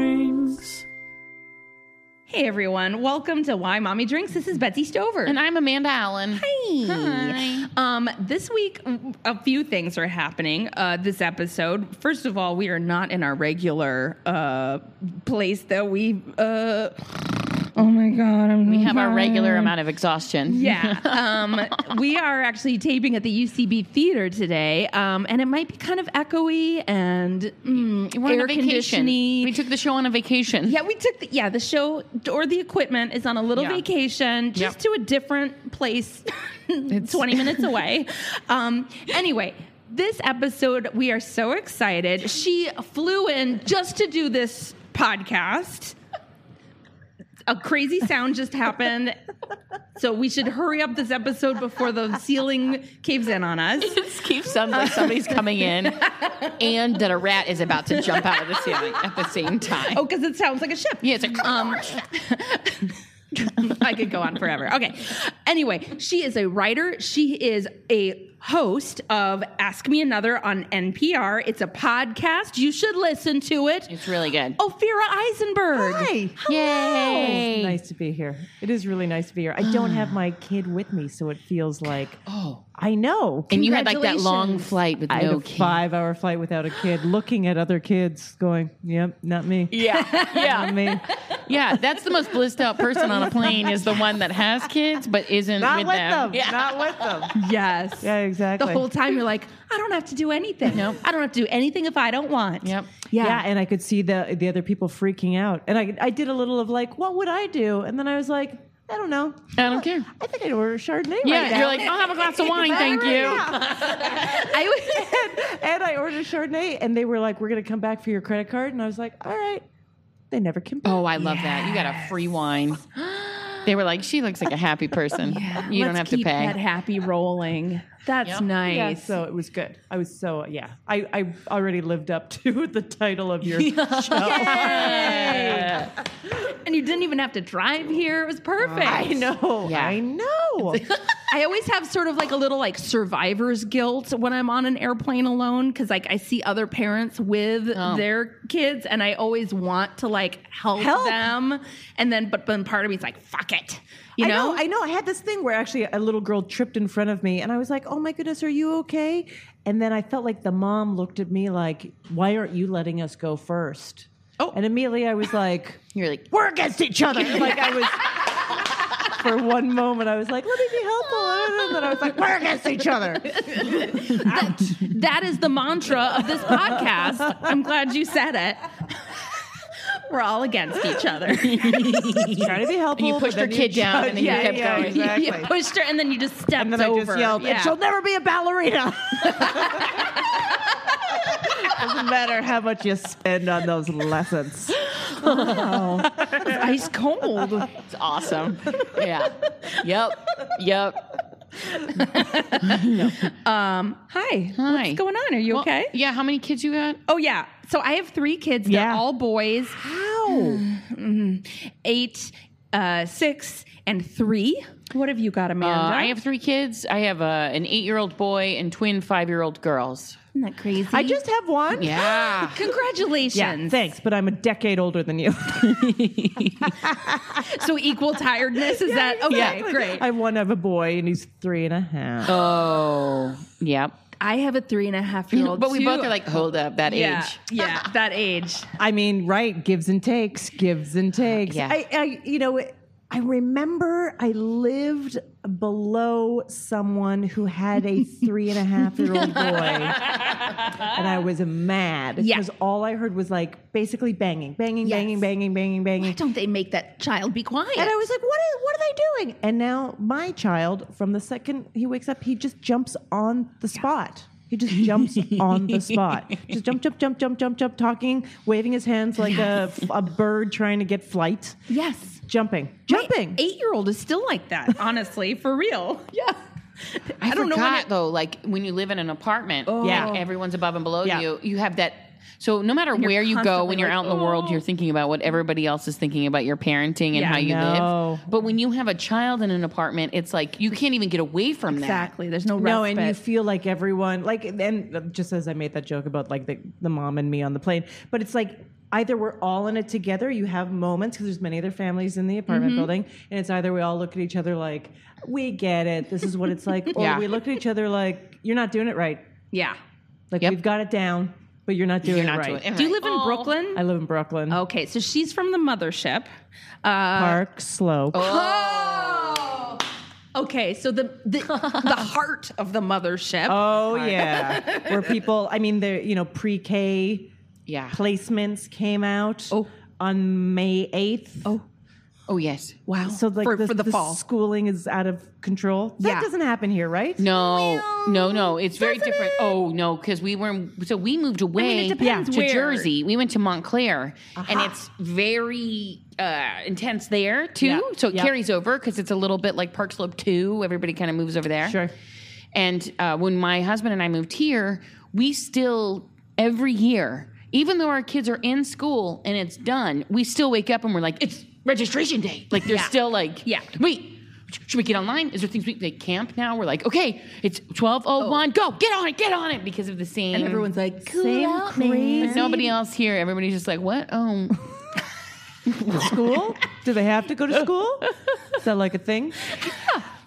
drinks. Hey everyone, welcome to Why Mommy Drinks. This is Betsy Stover. And I'm Amanda Allen. Hi. Um, this week, a few things are happening uh, this episode. First of all, we are not in our regular uh, place that we. Uh, oh my God. I'm We have our regular amount of exhaustion. Yeah. Um, we are actually taping at the UCB Theater today, um, and it might be kind of echoey and mm, We're on air a vacation. conditioning. We took the show on a vacation. Yeah, we took the yeah the show or the equipment is on a little Yeah. vacation, just to a different place, twenty minutes away. Um, anyway. This episode, we are so excited. She flew in just to do this podcast. A crazy sound just happened. So we should hurry up this episode before the ceiling caves in on us. This keeps sounding like somebody's coming in and that a rat is about to jump out of the ceiling at the same time. Oh, because it sounds like a ship. Yeah, it's like, Um, I could go on forever. Okay. Anyway, she is a writer. She is a host of Ask Me Another on NPR. It's a podcast. You should listen to it. It's really good. Ophira Eisenberg. Hi. Yay. Oh, Nice to be here. It is really nice to be here. I don't have my kid with me, so it feels like Oh. I know. And you had like that long Congratulations. flight with I had no a kid. five-hour flight without a kid, looking at other kids, going, "Yep, not me." Yeah. Not Yeah. me. yeah. That's the most blissed out person on a plane is the one that has kids but isn't Not with with, them. them. Yeah. Not with them. Yes. Yeah, exactly. The whole time you're like, I don't have to do anything. Nope. I don't have to do anything if I don't want. Yep. yeah. and I could see the the other people freaking out, and I I did a little of like, "What would I do?" And then I was like, "I don't know. I don't care. I think I'd order Chardonnay Yeah, right now." you're like, I'll have a glass of wine, thank you. I would. and I ordered Chardonnay, and they were like, "We're gonna come back for your credit card," and I was like, "All right." They never came back. Oh, I love that. You got a free wine. They were like, she looks like a happy person. you don't Let's have to keep pay. That happy rolling. That's Yep. Oh, nice. Yeah, so it was good. I was so yeah. I I already lived up to the title of your show. Yay! and you didn't even have to drive here. It was perfect. I know. Yeah. I know. I always have sort of like a little like survivor's guilt when I'm on an airplane alone because like I see other parents with Oh. their kids and I always want to like help, Help. them. And then, but then part of me is like, fuck it. You I know? I know. I had this thing where actually a little girl tripped in front of me and I was like, "Oh my goodness, are you okay?" And then I felt like the mom looked at me like, "Why aren't you letting us go first? Oh. And immediately I was like, You're like, we're against each other. Like I was for one moment I was like, let me be helpful. And then I was like, we're against each other. that is the mantra of this podcast. I'm glad you said it. We're all against each other. Trying to be helpful. and you pushed but her then kid down judge- and then yeah, you kept yeah, going. Exactly. you pushed her and then you just stepped And then over. I just yelled, Yeah. and she'll never be a ballerina. Doesn't matter how much you spend on those lessons. ice cold. It's awesome. Yeah. Yep. Yep. Hi. Hi. What's going on? Are you Well, okay? Yeah. How many kids you got? Oh yeah. So I have three kids. They're Yeah. all boys. How? Eight, uh, six, and three. What have you got, Uh, Amanda? I have three kids. I have uh, an eight year old boy and twin five year old girls. Isn't that crazy? I just have one. Yeah. Congratulations. Yeah, thanks, but I'm a decade older than you. So equal tiredness is that okay, great. I have one of a boy, and he's three and a half. oh. Yep. I have a three and a half year old. But we both are like, hold up, that yeah, age. yeah, that age. I mean, right? Gives and takes, gives and takes. Yeah. I, I, you know, I remember I lived below someone who had a three and a half year old boy, and I was mad Yeah. because all I heard was like basically banging, banging, Yes. banging, banging, banging, banging. Why don't they make that child be quiet? And I was like, what, is, what are they doing? And now my child, from the second he wakes up, he just jumps on the spot. He just jumps on the spot. Just jump, jump, jump, jump, jump, jump, talking, waving his hands like a, a bird trying to get flight. yes. Jumping, jumping. Eight year old is still like that, honestly, for real. Yeah. I, don't know forgot, when it- Oh. though. Like when you live in an apartment, Yeah. and everyone's above and below Yeah. you. You have that. So no matter you're where you go, constantly when you're like, out in the world, "Oh." you're thinking about what everybody else is thinking about your parenting and Yeah, how you no. live. But when you have a child in an apartment, it's like you can't even get away from Exactly. There's no No, respite. and you feel like everyone, like, and just as I made that joke about like the, the mom and me on the plane, but it's like either we're all in it together. You have moments because there's many other families in the apartment Mm-hmm. building, and it's either we all look at each other like, "We get it. This is what it's like," or Yeah. we look at each other like, "You're not doing it right. Yeah. Like Yep. we've got it down, but you're not doing You're it not right." doing Oh, it Do you live in Oh. Brooklyn? I live in Brooklyn, Okay, so she's from the mothership. Uh, Park Slope. oh. Okay, so the the, the heart of the mothership. Oh yeah, where people, I mean, the you know pre-K Yeah. placements came out Oh. on May eighth. Oh, Oh yes. wow. so like for, the, for the, fall. schooling is out of control. That Yeah. doesn't happen here, right? No, no, no. It's very Doesn't different. it? Oh no, because we were so we moved away depends to where. Jersey. We went to Montclair, and it's very uh, intense there too. Yeah. So it Yeah. carries over because it's a little bit like Park Slope Two. Everybody kind of moves over there. Sure. And uh, when my husband and I moved here, we still every year, even though our kids are in school and it's done, we still wake up and we're like, it's registration day. Like there's Yeah. still like, Yeah. wait. sh- Should we get online? Is there things we like camp now? We're like, okay, it's twelve oh one. Go get on it, get on it because of the same. and everyone's like, cool Same out, crazy man. But nobody else here. Everybody's just like, what? Oh, School? Do they have to go to school? Is that like a thing?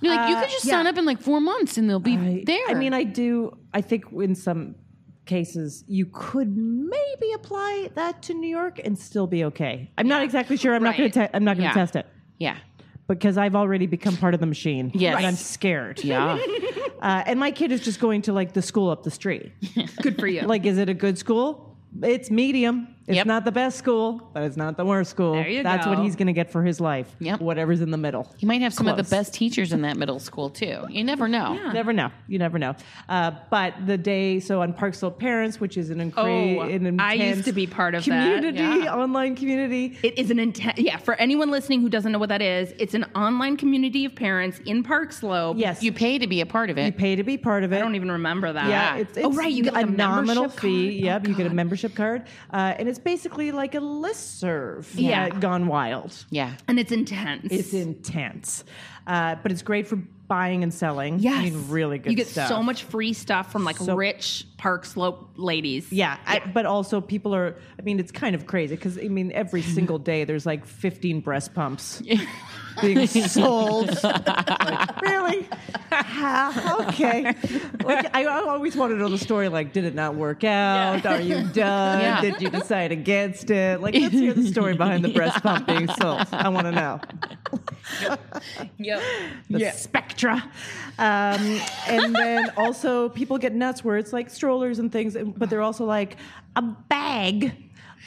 You're like you could just sign up in like four months and they'll be Uh, I- there. I mean, I do. I think in some cases you could maybe apply that to New York and still be okay. I'm not exactly sure. I'm not Right. going to. Te- I'm not going to Yeah. test it yeah, because I've already become part of the machine. Yes. and I'm scared. yeah, Uh, and my kid is just going to like the school up the street. Good for you. like, is it a good school? It's medium. It's Yep. not the best school, but it's not the worst school. There you That's what go. he's going to get for his life. Yep. Whatever's in the middle. you might have some of the Close. best teachers in that middle school too. You never know. Never know. You never know. Uh, but the day, so on Park Slope Parents, which is an, incre- Oh, an intense I used to be part of that, community, yeah. online community. It is an intense, yeah. For anyone listening who doesn't know what that is, it's an online community of parents in Park Slope. Yes, You pay to be a part of it. you pay to be part of it. I don't even remember that. Yeah, it's, it's oh right, you get a like, nominal membership fee. card. Oh, Yep, you get a membership card, uh, and it's basically like a listserv Yeah. uh, gone wild. yeah. and it's intense. It's intense, uh, but it's great for buying and selling. yes, I mean, really good. You get stuff. so much free stuff from like So- rich Park Slope ladies. Yeah, I, but also people are. I mean, it's kind of crazy because I mean, every single day there's like 15 breast pumps being sold. Like, really? Ha, okay. Like, I I always want to know the story. Like, did it not work out? Are you done? Yeah. Did you decide against it? Like, let's hear the story behind the breast pump being sold. I want to know Yep. the Yeah. spectra. Um, and then also people get nuts where it's like strollers and things, but they're also like a bag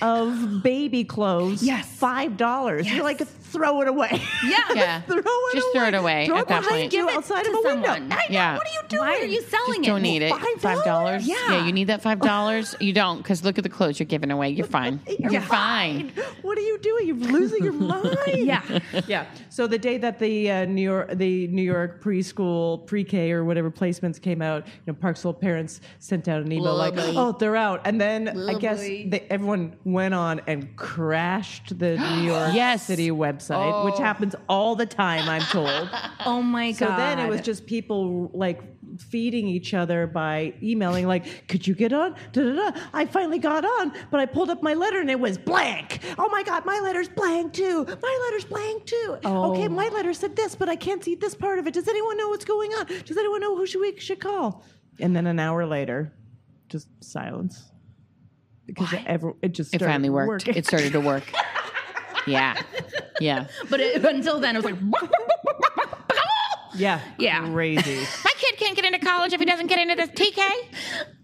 of baby clothes. Yes. Five dollars. You're like, throw it away. Yeah. Yeah. throw it away. Just throw it away Throw at it that behind point. you Give it outside of to a window. someone. I know. Yeah. What are you doing? Why are you selling Just it? donate it. Well, Five dollars. Yeah. Yeah. You need that five dollars. You don't because look at the clothes you're giving away. You're fine. You're Yeah. fine. What are you doing? You're losing your mind. Yeah. yeah. So the day that the uh, New York, the New York preschool, pre-K or whatever placements came out, you know, Park Slope parents sent out an email Blah, like, blah. "Oh, they're out," and then I Blah, guess blah. they, everyone went on and crashed the New York Yes. City website, which happens all the time, I'm told. Oh my god. So then it was just people like feeding each other by emailing, like, could you get on? Da, da, da. I finally got on, but I pulled up my letter and it was blank. Oh my God, my letter's blank too. My letter's blank too. Okay, my Oh. letter said this, but I can't see this part of it. Does anyone know what's going on? Does anyone know who should we should call? And then an hour later, just silence. Because every, it just It started finally worked. working. It started to work. yeah. Yeah. but it, until then it was like yeah. Yeah. Crazy. My kid can't get into college if he doesn't get into this TK.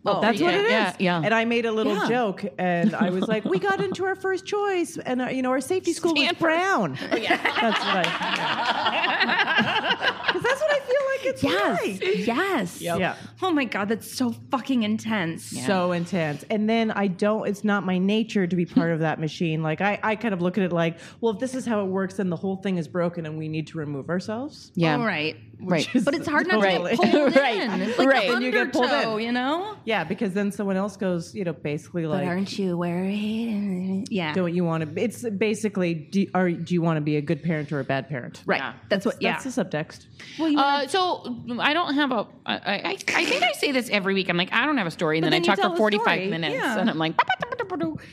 Oh, That's what yeah, it is. yeah, yeah. uh, And I made a little Yeah. joke, and I was like, "We got into our first choice, and our, you know, our safety school Stanford. was Brown." that's what I. Because that's what I feel like it's Yes. like. Yes. Yeah. Oh my god, that's so fucking intense. So intense. And then I don't, it's not my nature to be part of that machine. Like, I, I kind of look at it like, well, if this is how it works, then the whole thing is broken and we need to remove ourselves. Yeah. All right. Right. But it's hard not Totally. to get pulled Right. in. Like Right. The And you get pulled in. undertow, you know? Yeah, because then someone else goes, you know, basically like, you worried? Yeah. don't you want to? It's basically, do, are, do you want to be a good parent or a bad parent? right. Yeah. That's what, yeah. That's the subtext. Uh, so I don't have a. I, I I think I say this every week. I'm like, I don't have a story, and then, then I you talk tell for a 45 story. minutes, Yeah. and I'm like,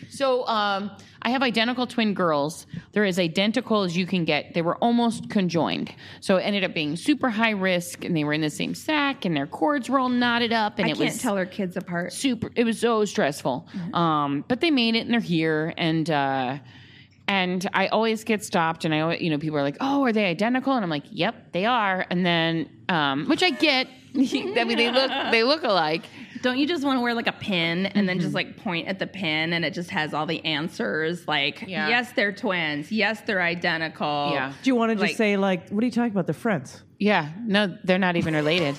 So um, I have identical twin girls. They're as identical as you can get. They were almost conjoined. So it ended up being super high risk, and they were in the same sack, and their cords were all knotted up. And I it can't was tell her kids apart. super it was so stressful Mm-hmm. um but they made it and they're here and uh and I always get stopped, and I, always, you know, people are like, "Oh, are they identical?" And I'm like, "Yep, they are." And then, um, which I get. I mean, they look they look alike. Don't you just want to wear like a pin and then just like point at the pin and it just has all the answers? Like, Yeah. yes, they're twins. Yes, they're identical. Yeah. Do you want to just Like- say like, what are you talking about? The friends. Yeah, no, they're not even related.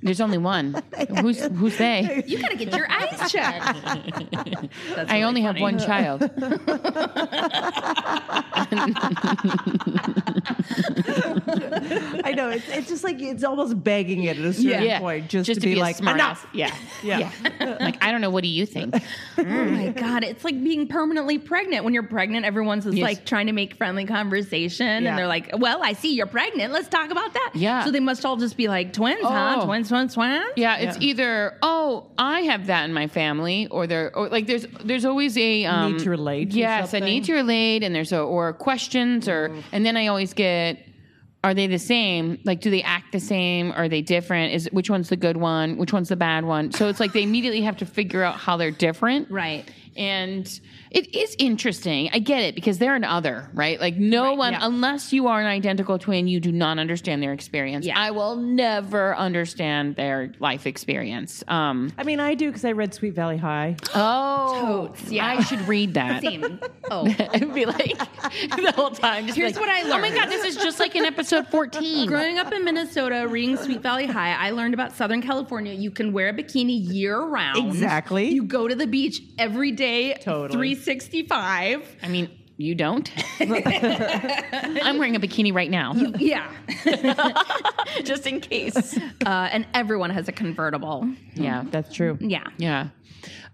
There's only one. Who's who's they? You gotta get your eyes checked. That's I really only have funny. one child. I know. It's, it's just like it's almost begging it at a certain Yeah, point, just, to, be, a like smart enough. ass. Yeah, Yeah. like I don't know. What do you think? Oh my Mm. god, it's like being permanently pregnant. When you're pregnant, everyone's just Yes. like trying to make friendly conversation, Yeah. and they're like, "Well, I see you're pregnant. Let's talk about that." Yeah. So they must all just be like twins, huh? Oh. Twins, twins, twins. Yeah, it's Yeah. either oh I have that in my family, or there, or like there's there's always a um, to relate or Yes, a something. need to relate, and there's a, or questions, or and then I always get are they the same? Like, do they act the same? Are they different? Is which one's the good one? Which one's the bad one? So it's like they immediately have to figure out how they're different, Right. and it is interesting. I get it because they're an other, right? Like no one, yeah. unless you are an identical twin, you do not understand their experience. Yeah. I will never understand their life experience. Um, I mean, I do because I read Sweet Valley High. oh, Totes, yeah. I should read that. Same. Oh, and be like the whole time. Just be Here's like, what I Oh my learned." god, this is just like in episode fourteen. Growing up in Minnesota, reading Sweet Valley High, I learned about Southern California. You can wear a bikini year round. Exactly. You go to the beach every day, Totally. 365. I mean, you don't. I'm wearing a bikini right now, Yeah. just in case. Uh, and everyone has a convertible. Yeah, That's true. Yeah. yeah.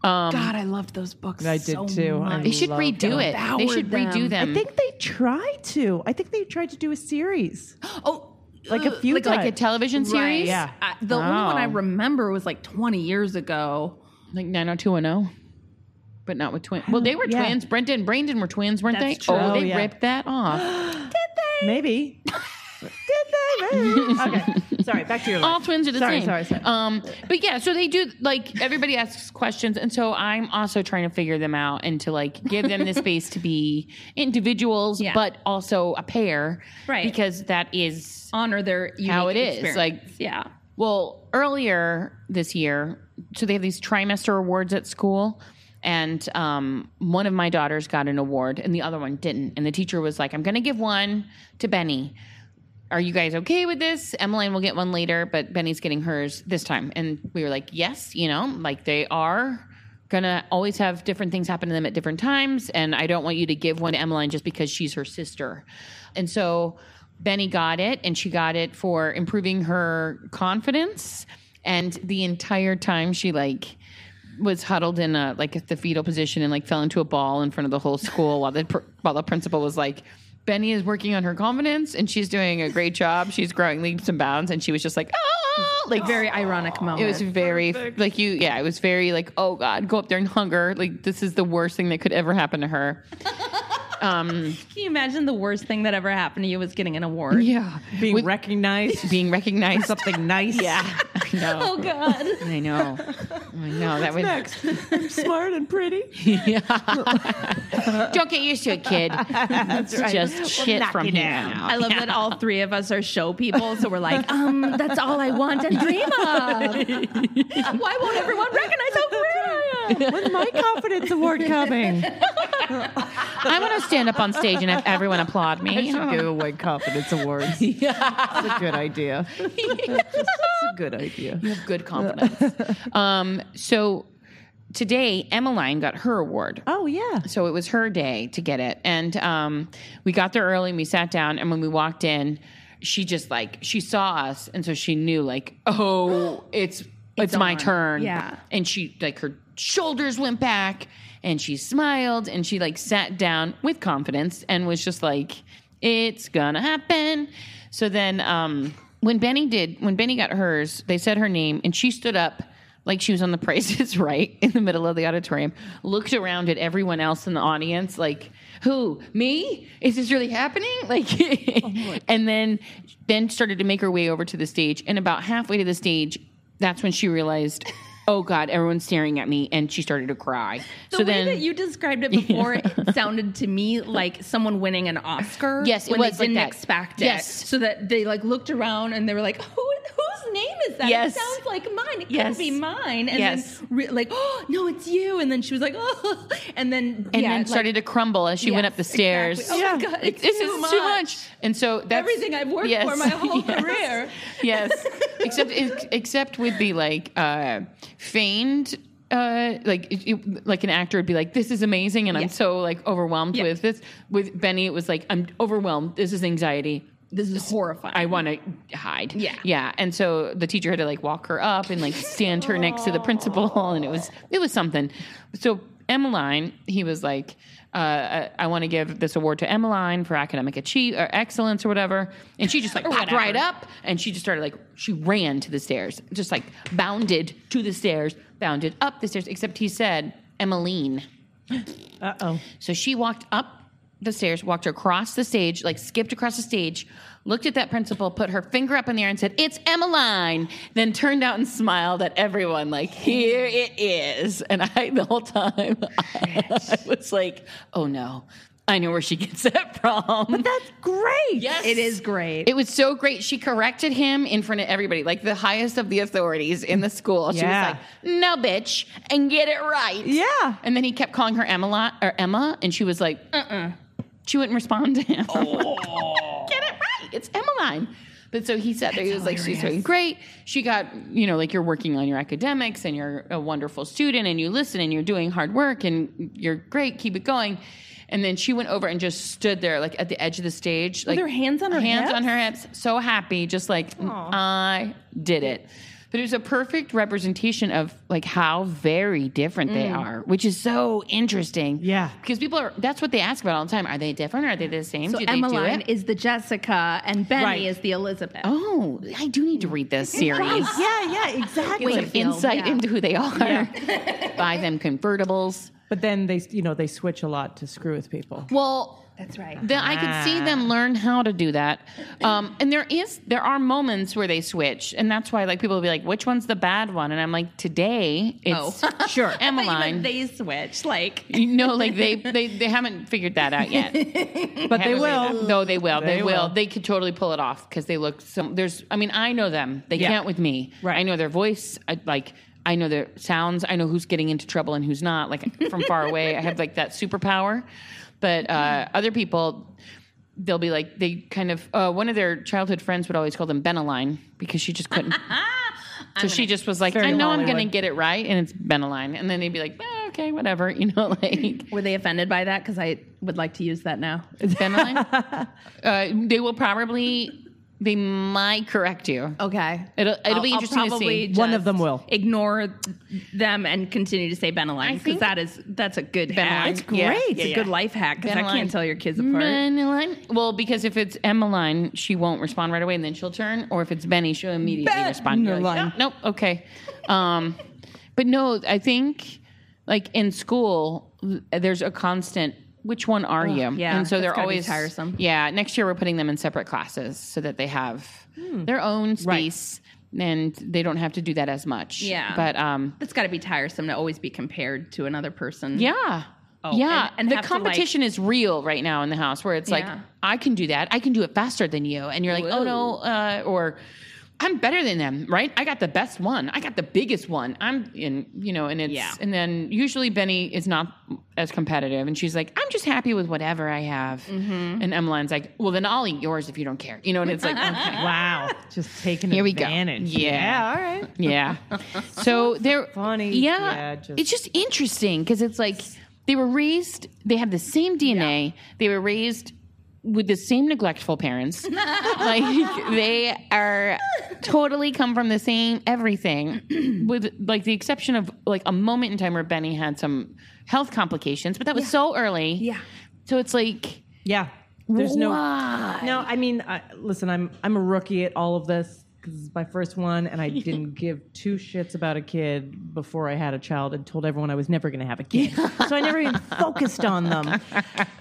Um, God, I loved those books. I did so too. I much. They should love redo them. it. They should Devoured redo them. them. I think they tried to. I think they tried to do a series, Oh, like a uh, few like- times. like a television series. Right. Yeah. I, the only one I Wow. remember was like 20 years ago. Like 90210. But not with twins. Well, they were Yeah. twins. Brenton and Brandon were twins, weren't That's they? true. Oh, Oh, they yeah. ripped that off. Maybe. Did they? okay. Sorry. Back to your. All life. twins are the Sorry, same. Sorry. Sorry. Um, but yeah, so they do like everybody asks questions, and so I'm also trying to figure them out and to like give them the space to be individuals, Yeah. but also a pair, Right. Because that is Honor their unique How it is, experience. like- yeah. Well, earlier this year, so they have these trimester awards at school. And um, one of my daughters got an award and the other one didn't. And the teacher was like, I'm going to give one to Benny. Are you guys okay with this? Emmeline will get one later, but Benny's getting hers this time. And we were like, yes, you know, like they are gonna always have different things happen to them at different times and i don't want you to give one to emmeline just because she's her sister and so benny got it and she got it for improving her confidence and the entire time she like was huddled in a like the fetal position and like fell into a ball in front of the whole school while the pr- while the principal was like Benny is working on her confidence and she's doing a great job. She's growing leaps and bounds and she was just like, "Oh!" Like Very ironic moment. it was very like you, yeah. It was very like, oh god, go up there and hunger. Like this is the worst thing that could ever happen to her. Can you imagine the worst thing that ever happened to you was getting an award? Yeah, Being recognized. being recognized. something nice. Yeah. I know. Oh God. I know. I know. That would. Next. I'm smart and pretty. Don't get used to it, kid. It's just shit from here. on out. I love that all three of us are show people, so we're like, um, that's all I want and dream of. Why won't everyone recognize how great I am? When's my confidence award coming? I want to stand up on stage and have everyone applaud me. give away confidence awards. Yeah. It's a good idea. It's a good idea. You have good confidence. um, so today, Emmeline got her award. Oh yeah. so it was her day to get it and um, we got there early and we sat down and when we walked in she just like she saw us and so she knew like oh it's it's, my on. turn Yeah. and she like her shoulders went back and she smiled and she like sat down with confidence and was just like it's gonna happen so then um when benny did when benny got hers they said her name and she stood up like she was on the Price is Right in the middle of the auditorium, looked around at everyone else in the audience, like, who? Me? Is this really happening? Like, and then then started to make her way over to the stage. And about halfway to the stage, that's when she realized, oh God, everyone's staring at me, and she started to cry. The so way then that you described it before it sounded to me like someone winning an Oscar. Yes, it when was they like didn't that. expect it. Yes. so that they like looked around and they were like, "Who? Whose name is that? Yes. It sounds like mine. It Yes. could be mine." And Yes. then re- like, "Oh no, it's you!" And then she was like, "Oh," and then and yeah, then like, started to crumble as she went yes, up the stairs. exactly. Oh my Yeah. god, Like, it's this too is much. too much. And so that's Everything I've worked for my whole career. Yes, except except with the like uh, feigned. Uh, like it- it- like an actor would be like, "This is amazing," and Yeah. I'm so like overwhelmed Yeah. with this. With Benny, it was like, "I'm overwhelmed. This is anxiety. This is horrifying. I want to hide." Yeah. yeah. And so the teacher had to like walk her up and like stand her next to the principal, and it was it was something. So Emmeline, he was like, uh, I, "I want to give this award to Emmeline for academic achieve or excellence or whatever," and she just like popped whatever. right up up, and she just started like she ran to the stairs, just like bounded to the stairs, bounded up the stairs. Except he said Emmeline, Uh oh. so she walked up the stairs, walked across the stage, like skipped across the stage, looked at that principal, put her finger up in the air, and said, "It's Emmeline." Then turned out and smiled at everyone, like, "Here it is." And I, the whole time, I was like, "Oh no." I know where she gets that from. That's great. Yes. It is great. It was so great. She corrected him in front of everybody, like the highest of the authorities in the school. She Yeah. was like, "No, bitch, and get it right." Yeah. And then he kept calling her Emma or Emma, and she was like, "Uh, uh she wouldn't respond to him." get it right. It's Emmeline. But so he sat there. he was like, "She's doing great. She got you know, like you're working on your academics, and you're a wonderful student, and you listen, and you're doing hard work, and you're great. Keep it going." And then she went over and just stood there, like at the edge of the stage, like her hands on her hands on hips? her hips, so happy, just like "Mm, I did it. But it was a perfect representation of like how very different they Mm. are, which is so interesting. Yeah. because people are—that's what they ask about all the time. Are they different? Are they the same? so do they Emmeline do it? is the Jessica, and Benny Right. is the Elizabeth. Oh, I do need to read this series. Yeah, yeah, exactly. Some insight yeah. into who they are. Buy them convertibles. But then they, you know, they switch a lot to screw with people. Well, That's right. then I could see them learn how to do that. Um, and there is there are moments where they switch, and that's why like people will be like, "Which one's the bad one?" And I'm like, "Today, it's Oh. Sure. I thought you meant Emmeline." They switch like. you know, like they, they they haven't figured that out yet, But they will. No, they will. They, They will. will. They could totally pull it off because they look. Some there's. I mean, I know them. They Yeah. can't with me. Right. I know their voice. I, like I know their sounds. I know who's getting into trouble and who's not. Like from far away, I have like that superpower. But uh, other people, they'll be like they kind of. Uh, one of their childhood friends would always call them Benaline because she just couldn't. So she just was like, Very I know I'm Hollywood. going to get it right, and it's Benaline, and then they'd be like, "Ah, okay, whatever, you know, like Were they offended by that? Because I would like to use that now. Benaline. uh, they will probably, they might correct you. Okay. It'll, it'll be interesting to see. One of them will. Ignore them and continue to say Beneline because think- that is that's a good hack. It's great. Yeah, It's a good life hack because I Beneline. can't tell your kids apart. Benaline. Well, because if it's Emmeline, she won't respond right away, and then she'll turn. Or if it's Benny, she'll immediately respond. You're like, Benaline. "Oh, nope. Okay. Um, but no, I think like in school, there's a constant. Which one are you? yeah, and that's so they're gotta be always tiresome. Yeah, next year we're putting them in separate classes so that they have Hmm. their own Right. space and they don't have to do that as much. Yeah. but um, That's got to be tiresome to always be compared to another person. Yeah. yeah. Mm-hmm. Oh, and- and the have to, like- competition is real right now in the house where it's like, Yeah. I can do that. I can do it faster than you. And you're like, oh no, uh, or I'm better than them, right? I got the best one. I got the biggest one. I'm in, you know, and it's, Yeah. and then usually Benny is not as competitive and she's like, I'm just happy with whatever I have. Mm-hmm. And Emmeline's like, well, then I'll eat yours if you don't care. You know, and it's like, okay. Wow. Just taking Here we go. advantage. Yeah. all right. Yeah. so they're funny. Yeah, Yeah, just- it's just interesting because it's like they were raised. They have the same DNA. They were raised with the same neglectful parents. like they are totally come from the same everything, with like the exception of like a moment in time where Benny had some health complications, but that was so early. Yeah. So it's like Yeah. There's no why? No, I mean, I, listen, I'm I'm a rookie at all of this. because it's my first one, and I didn't give two shits about a kid before I had a child, and told everyone I was never going to have a kid. so I never even focused on them.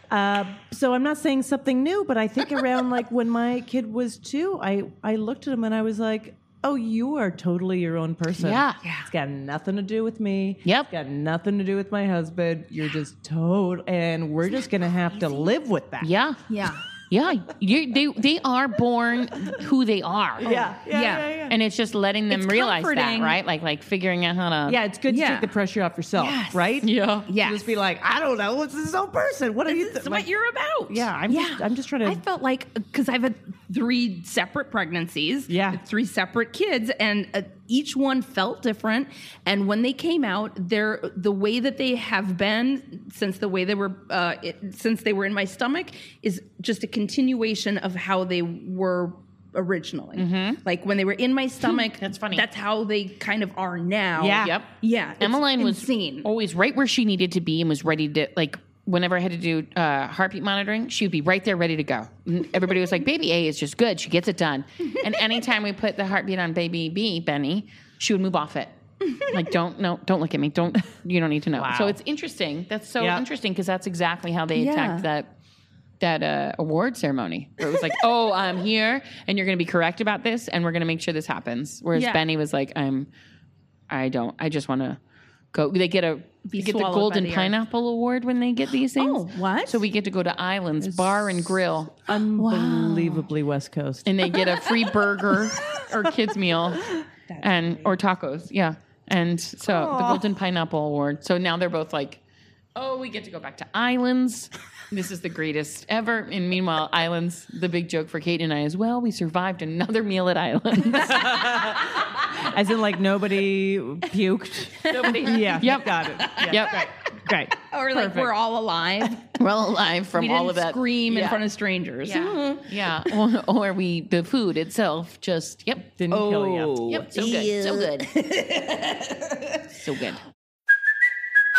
Uh, so I'm not saying something new, but I think around like when my kid was two, I I looked at him and I was like. Oh, you are totally your own person. Yeah. Yeah. It's got nothing to do with me. Yep. It's got nothing to do with my husband. You're just total, and we're just going to have to live with that. Yeah. Yeah. Yeah. You, they, they are born who they are. Yeah. Yeah. Yeah. yeah, yeah. And it's just letting them It's realize comforting. that, right? Like, like figuring out how to. Yeah, it's good to Yeah. take the pressure off yourself, Yes. right? Oh. Yeah. Yes. Just be like, I don't know, it's this own person. What are you? It's Th- what like, you're about. yeah, I'm just, I'm just trying to. I felt like because I've had three separate pregnancies, Yeah. three separate kids, and uh, each one felt different. And when they came out, they're the way that they have been since the way they were uh, it, since they were in my stomach is just a continuation of how they were originally. Mm-hmm. Like when they were in my stomach, That's funny. That's how they kind of are now. Yeah. Oh, Yep. yeah. it's Emmeline was insane. always right where she needed to be and was ready to like whenever I had to do uh, heartbeat monitoring, she would be right there ready to go. And everybody was like, "Baby A is just good; she gets it done." And anytime we put the heartbeat on Baby B, Benny, she would move off it. like, don't no, don't look at me. Don't you don't need to know. So it's interesting. That's so Yeah. interesting because that's exactly how they Yeah. attacked that that uh, award ceremony where it was like, "Oh, I'm here, and you're going to be correct about this, and we're going to make sure this happens." Whereas Yeah. Benny was like, "I'm, I don't, I just want to go." They get a Be they get the swallowed by golden the earth. pineapple award when they get these things. Oh, what? So we get to go to Islands Bar and Grill, unbelievably West Coast. and they get a free burger or kids meal, and or tacos. Yeah, and so the golden pineapple award. So now they're both like. Oh, we get to go back to Islands. This is the greatest ever. And meanwhile, Islands, the big joke for Kate and I as well. We survived another meal at Islands. As in, like nobody puked. Nobody. Yeah. Yep. Got it. Yeah. Yep. Great. or like we're all alive. We're all alive from we all didn't of that. scream in Yeah. front of strangers. Yeah. yeah. Or, or we, the food itself just, yep. Didn't kill Mm. you. Yep. So good. So good. so good.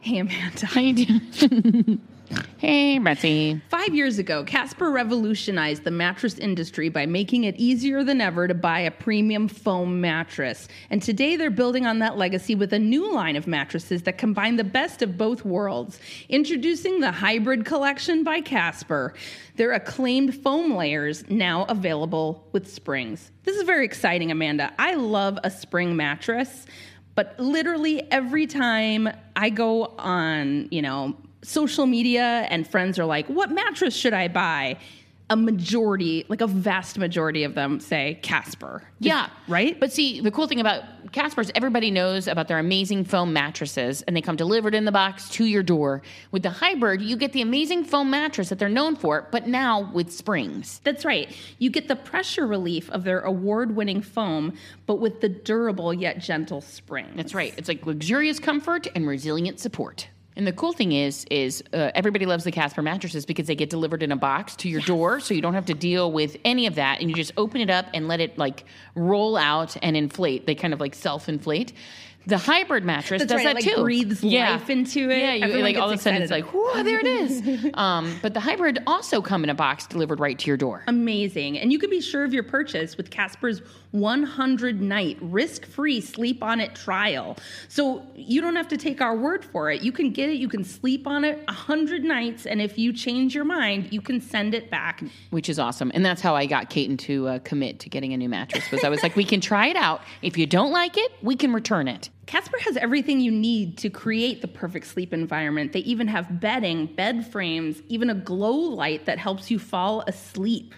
Hey Amanda. How you doing? hey, Betsy. Five years ago, Casper revolutionized the mattress industry by making it easier than ever to buy a premium foam mattress. And today they're building on that legacy with a new line of mattresses that combine the best of both worlds. Introducing the Hybrid Collection by Casper, their acclaimed foam layers now available with springs. This is very exciting, Amanda. I love a spring mattress. But literally every time I go on, you know, social media and friends are like, what mattress should I buy? A majority, like a vast majority of them say Casper. Yeah. Right? But see, the cool thing about Casper's, everybody knows about their amazing foam mattresses, and they come delivered in the box to your door. With the hybrid, you get the amazing foam mattress that they're known for, but now with springs. That's right. You get the pressure relief of their award winning foam, but with the durable yet gentle spring. That's right. It's like luxurious comfort and resilient support. And the cool thing is, is uh, everybody loves the Casper mattresses because they get delivered in a box to your door, so you don't have to deal with any of that, and you just open it up and let it like roll out and inflate. They kind of like self-inflate. The hybrid mattress That's does right, that it, like, too. breathes life into it. Yeah, you, Everyone like all of a gets sudden it's excited like, whoa, there it is. um, but the hybrid also come in a box delivered right to your door. amazing. And you can be sure of your purchase with Casper's 100 night risk free sleep on it trial. So you don't have to take our word for it. You can get it, you can sleep on it 100 nights. And if you change your mind, you can send it back. which is awesome. And that's how I got Kaiten to uh, commit to getting a new mattress. Was I was like, we can try it out. If you don't like it, we can return it. Casper has everything you need to create the perfect sleep environment. They even have bedding, bed frames, even a glow light that helps you fall asleep.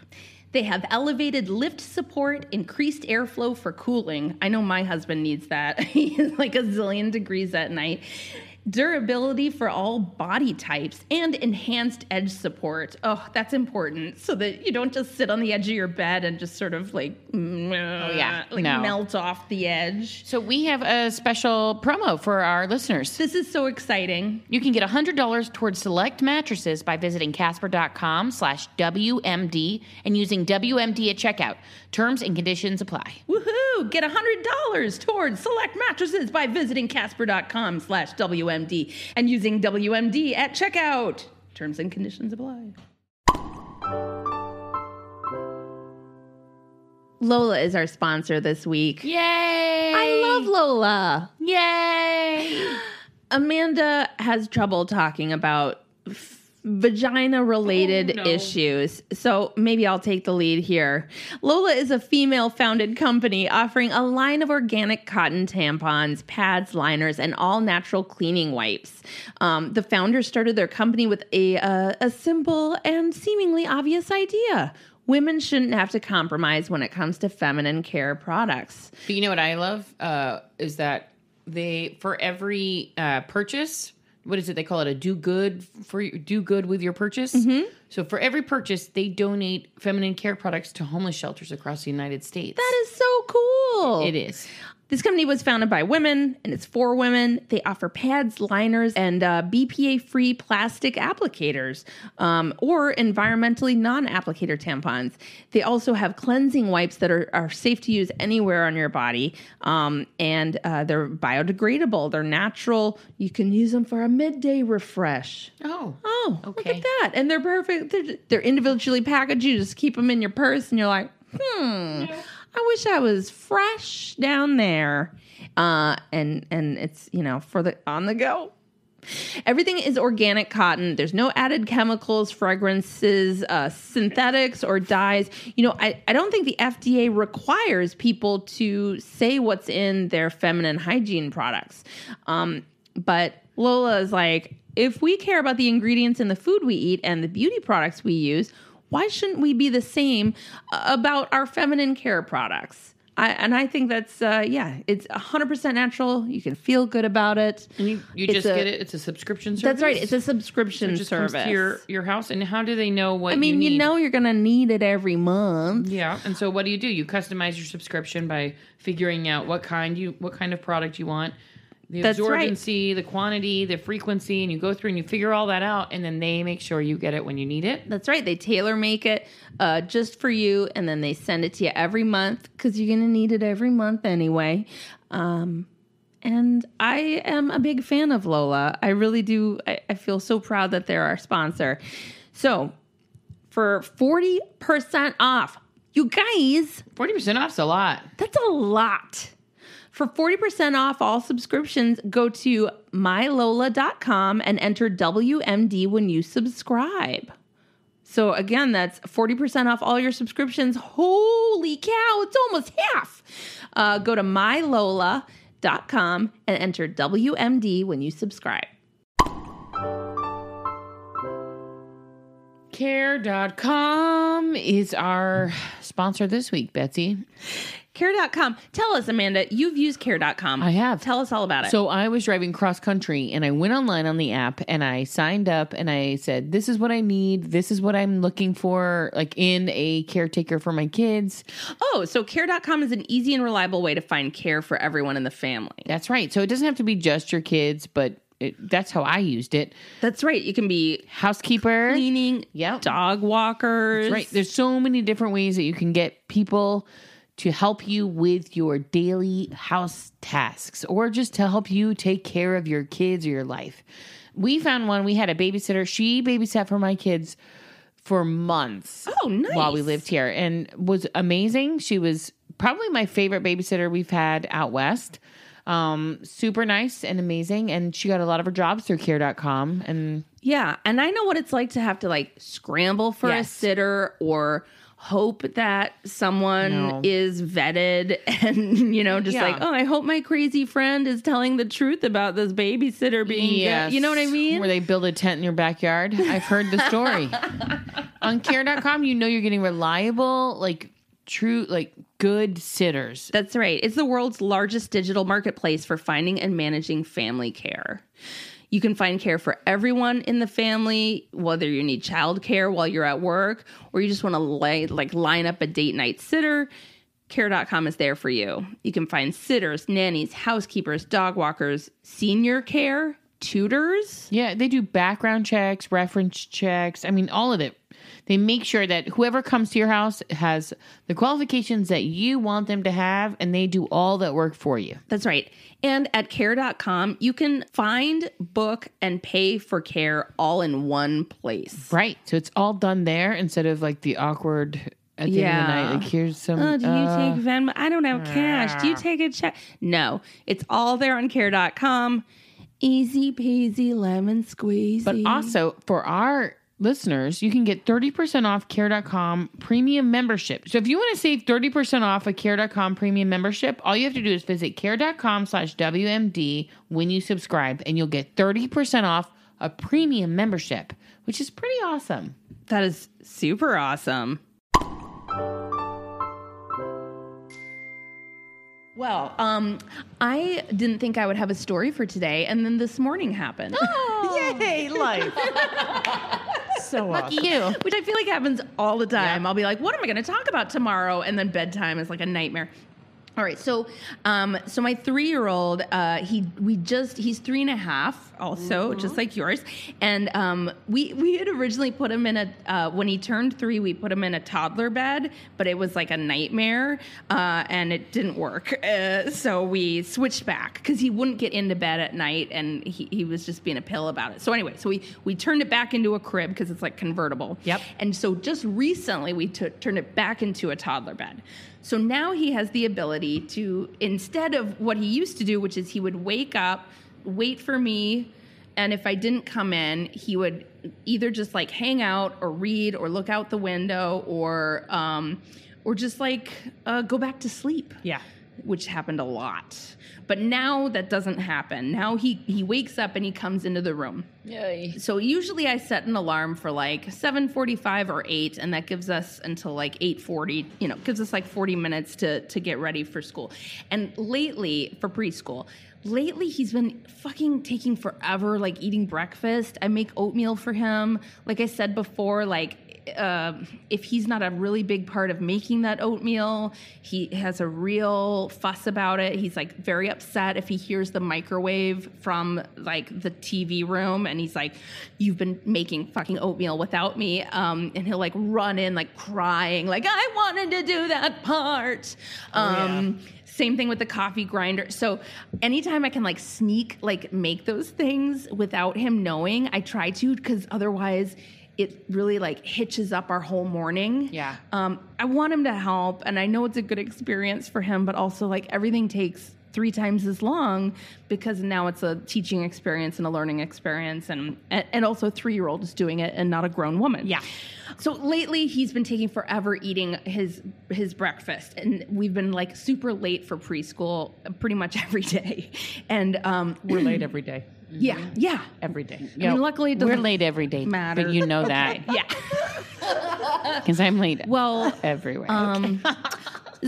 They have elevated lift support, increased airflow for cooling. I know my husband needs that. He's like a zillion degrees at night. durability for all body types, and enhanced edge support. Oh, that's important so that you don't just sit on the edge of your bed and just sort of like, Oh, mm, yeah. like No. melt off the edge. So we have a special promo for our listeners. This is so exciting. You can get $100 towards select mattresses by visiting casper.com slash WMD and using WMD at checkout. Terms and conditions apply. Woohoo! Get $100 towards select mattresses by visiting casper.com slash WMD and using WMD at checkout. Terms and conditions apply. Lola is our sponsor this week. Yay! I love Lola. Yay! Amanda has trouble talking about vagina related Oh, no. issues. So maybe I'll take the lead here. Lola is a female founded company offering a line of organic cotton tampons, pads, liners, and all natural cleaning wipes. Um, the founders started their company with a, uh, a simple and seemingly obvious idea. Women shouldn't have to compromise when it comes to feminine care products. But you know what I love uh, is that they for every uh, purchase, what is it they call it a do good for you, do good with your purchase. Mm-hmm. So for every purchase, they donate feminine care products to homeless shelters across the United States. That is so cool. it is. This company was founded by women and it's for women. They offer pads, liners, and uh, BPA free plastic applicators um, or environmentally non applicator tampons. They also have cleansing wipes that are, are safe to use anywhere on your body um, and uh, they're biodegradable, they're natural. You can use them for a midday refresh. Oh, Oh, look Okay. at that. And they're perfect. They're, they're individually packaged. You just keep them in your purse and you're like, hmm, I wish I was fresh down there. Uh, and, and it's, you know, for the on the go. Everything is organic cotton. There's no added chemicals, fragrances, uh, synthetics, or dyes. You know, I, I don't think the FDA requires people to say what's in their feminine hygiene products. Um, but Lola is like, if we care about the ingredients in the food we eat and the beauty products we use, why shouldn't we be the same about our feminine care products? I, and I think that's, uh, yeah, it's 100% natural. You can feel good about it. and you, you It's just a- get it. It's a subscription service. That's right. It's a subscription It just comes service. to your your house. And how do they know what? I mean, you, need? know you're going to need it every month. Yeah, and so what do you do? You customize your subscription by figuring out what kind you what kind of product you want, the That's right. absorbency, the quantity, the frequency, and you go through and you figure all that out, and then they make sure you get it when you need it. That's right. They tailor make it uh, just for you, and then they send it to you every month because you're going to need it every month anyway. Um, and I am a big fan of Lola. I really do. I, I feel so proud that they're our sponsor. So, for 40% off, you guys, Forty percent off's a lot. That's a lot. For 40% off all subscriptions, go to mylola.com and enter WMD when you subscribe. So, again, that's 40% off all your subscriptions. Holy cow, it's almost half. Uh, go to mylola.com and enter WMD when you subscribe. Care.com is our sponsor this week, Betsy. Care.com. Tell us, Amanda, you've used care.com. I have. Tell us all about it. So I was driving cross country and I went online on the app and I signed up and I said, This is what I need, this is what I'm looking for, like in a caretaker for my kids. oh, so care.com is an easy and reliable way to find care for everyone in the family. That's right. So it doesn't have to be just your kids, but it, that's how I used it. That's right. You can be Housekeeper. cleaning, Yep. dog walkers. That's right. There's so many different ways that you can get people to help you with your daily house tasks or just to help you take care of your kids or your life. We found one. We had a babysitter. She babysat for my kids for months. Oh, nice. While we lived here and was amazing. She was probably my favorite babysitter we've had out west. Um, super nice and amazing. And she got a lot of her jobs through care.com. And Yeah. And I know what it's like to have to like scramble for a Yes. sitter or hope that someone No. is vetted and, you know, just Yeah. like, oh, I hope my crazy friend is telling the truth about this babysitter being, Yes. good. you know what I mean? Where they build a tent in your backyard. I've heard the story. On care.com, you know you're getting reliable, like true, like good sitters. That's right. It's the world's largest digital marketplace for finding and managing family care. You can find care for everyone in the family, whether you need childcare while you're at work or you just want to lay, like line up a date night sitter. Care.com is there for you. You can find sitters, nannies, housekeepers, dog walkers, senior care, tutors. Yeah, they do background checks, reference checks. I mean, all of it. They make sure that whoever comes to your house has the qualifications that you want them to have, and they do all that work for you. That's right. And at care.com, you can find, book, and pay for care all in one place. Right. So it's all done there instead of like the awkward at the end of Yeah. the night. Like, here's some. Oh, do you uh, take Venmo? I don't have cash. Do you take a check? No, it's all there on care.com. Easy peasy lemon squeezy. But also for our listeners, you can get 30% off care.com premium membership. So if you want to save 30% off a care.com premium membership, all you have to do is visit care.com slash WMD when you subscribe and you'll get 30% off a premium membership, which is pretty awesome. that is super awesome. Well, um, I didn't think I would have a story for today, and then this morning happened. Yay, life. so awesome. You. Which I feel like happens all the time. I'll be like, what am I going to talk about tomorrow? And then bedtime is like a nightmare. All right, so um, so my three year old, uh, he we just he's three and a half, also just like yours, and um, we we had originally put him in a uh, when he turned three, we put him in a toddler bed, but it was like a nightmare, uh, and it didn't work, uh, so we switched back because he wouldn't get into bed at night, and he, he was just being a pill about it. So anyway, so we we turned it back into a crib because it's like convertible. Yep. And so just recently, we t- turned it back into a toddler bed. So now he has the ability to, instead of what he used to do, which is he would wake up, wait for me, and if I didn't come in, he would either just like hang out or read or look out the window or, um, or just like uh, go back to sleep Yeah. which happened a lot. But now that doesn't happen. Now he he wakes up and he comes into the room. So usually I set an alarm for like 7:45 or 8 and that gives us until like 8:40, you know, gives us like 40 minutes to to get ready for school. And lately for preschool, lately he's been fucking taking forever like eating breakfast. I make oatmeal for him. Like I said before, like uh, if he's not a really big part of making that oatmeal, he has a real fuss about it. He's like very upset if he hears the microwave from like the TV room, and he's like, "You've been making fucking oatmeal without me," um, and he'll like run in like crying, like "I wanted to do that part." Um, Same thing with the coffee grinder. So anytime I can like sneak like make those things without him knowing, I try to because otherwise it really like hitches up our whole morning. Yeah. Um, I want him to help, and I know it's a good experience for him, but also like everything takes three times as long because now it's a teaching experience and a learning experience, and and, and also a three year old is doing it and not a grown woman. Yeah. So lately, he's been taking forever eating his his breakfast, and we've been like super late for preschool pretty much every day, and um, We're late every day. Mm-hmm. yeah, yeah. Every day. Yeah. mean, luckily it we're doesn't late every day, matter. but you know that Yeah. because I'm late. Well, everywhere. Um,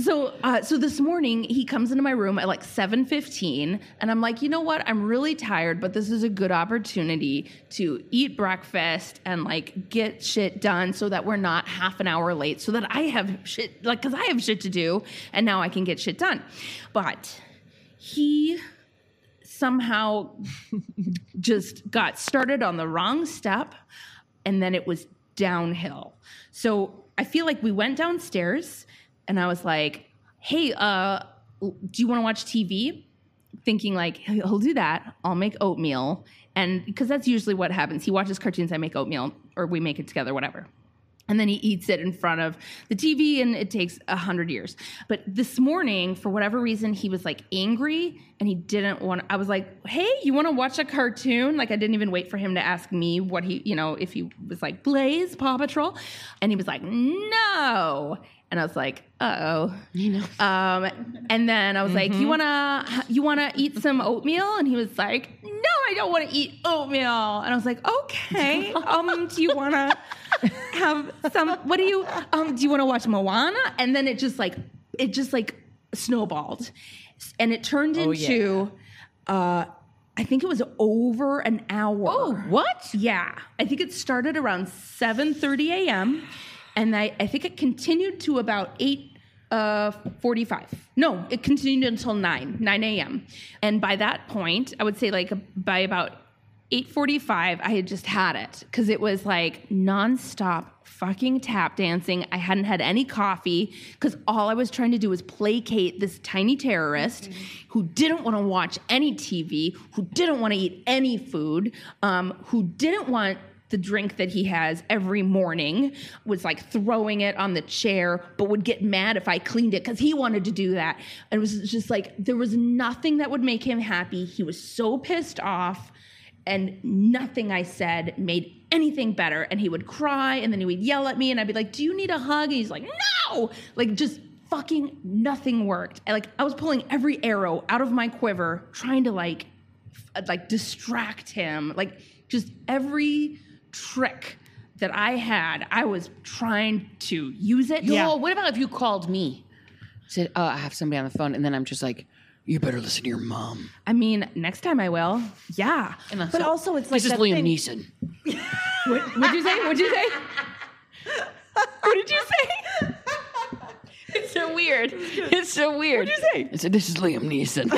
so uh, so this morning he comes into my room at like 7:15 and I'm like, "You know what? I'm really tired, but this is a good opportunity to eat breakfast and like get shit done so that we're not half an hour late so that I have shit like cuz I have shit to do and now I can get shit done." But he somehow just got started on the wrong step and then it was downhill. So I feel like we went downstairs and I was like, hey, uh, do you want to watch TV? Thinking like, he'll do that. I'll make oatmeal. And because that's usually what happens. He watches cartoons, I make oatmeal, or we make it together, whatever. And then he eats it in front of the TV, and it takes a hundred years. But this morning, for whatever reason, he was like angry, and he didn't want. I was like, "Hey, you want to watch a cartoon?" Like I didn't even wait for him to ask me what he, you know, if he was like Blaze Paw Patrol, and he was like, "No," and I was like, "Uh oh." Um, and then I was like, "You wanna you wanna eat some oatmeal?" And he was like, "No, I don't want to eat oatmeal." And I was like, "Okay, um, do you wanna have some? What do you um do you want to watch Moana?" And then it just like it just like snowballed, and it turned into. Uh, I think it was over an hour. Oh, what? Yeah, I think it started around 7:30 a.m. and I, I think it continued to about 8 uh 45 no it continued until 9 9 a.m and by that point i would say like by about 8:45 i had just had it cuz it was like nonstop fucking tap dancing i hadn't had any coffee cuz all i was trying to do was placate this tiny terrorist who didn't want to watch any tv who didn't want to eat any food um who didn't want the drink that he has every morning was like throwing it on the chair but would get mad if i cleaned it because he wanted to do that and it was just like there was nothing that would make him happy he was so pissed off and nothing i said made anything better and he would cry and then he would yell at me and i'd be like do you need a hug and he's like no like just fucking nothing worked and like i was pulling every arrow out of my quiver trying to like f- like distract him like just every trick that i had i was trying to use it Yeah. what about if you called me? Said, oh, I have somebody on the phone, and then I'm just like, you better listen to your mom. i mean next time i will yeah And that's But it. also, it's like this is that Liam thing- Neeson. what'd you say what'd you say what did you say It's so weird. It's so weird. What'd you say? I said, this is Liam Neeson.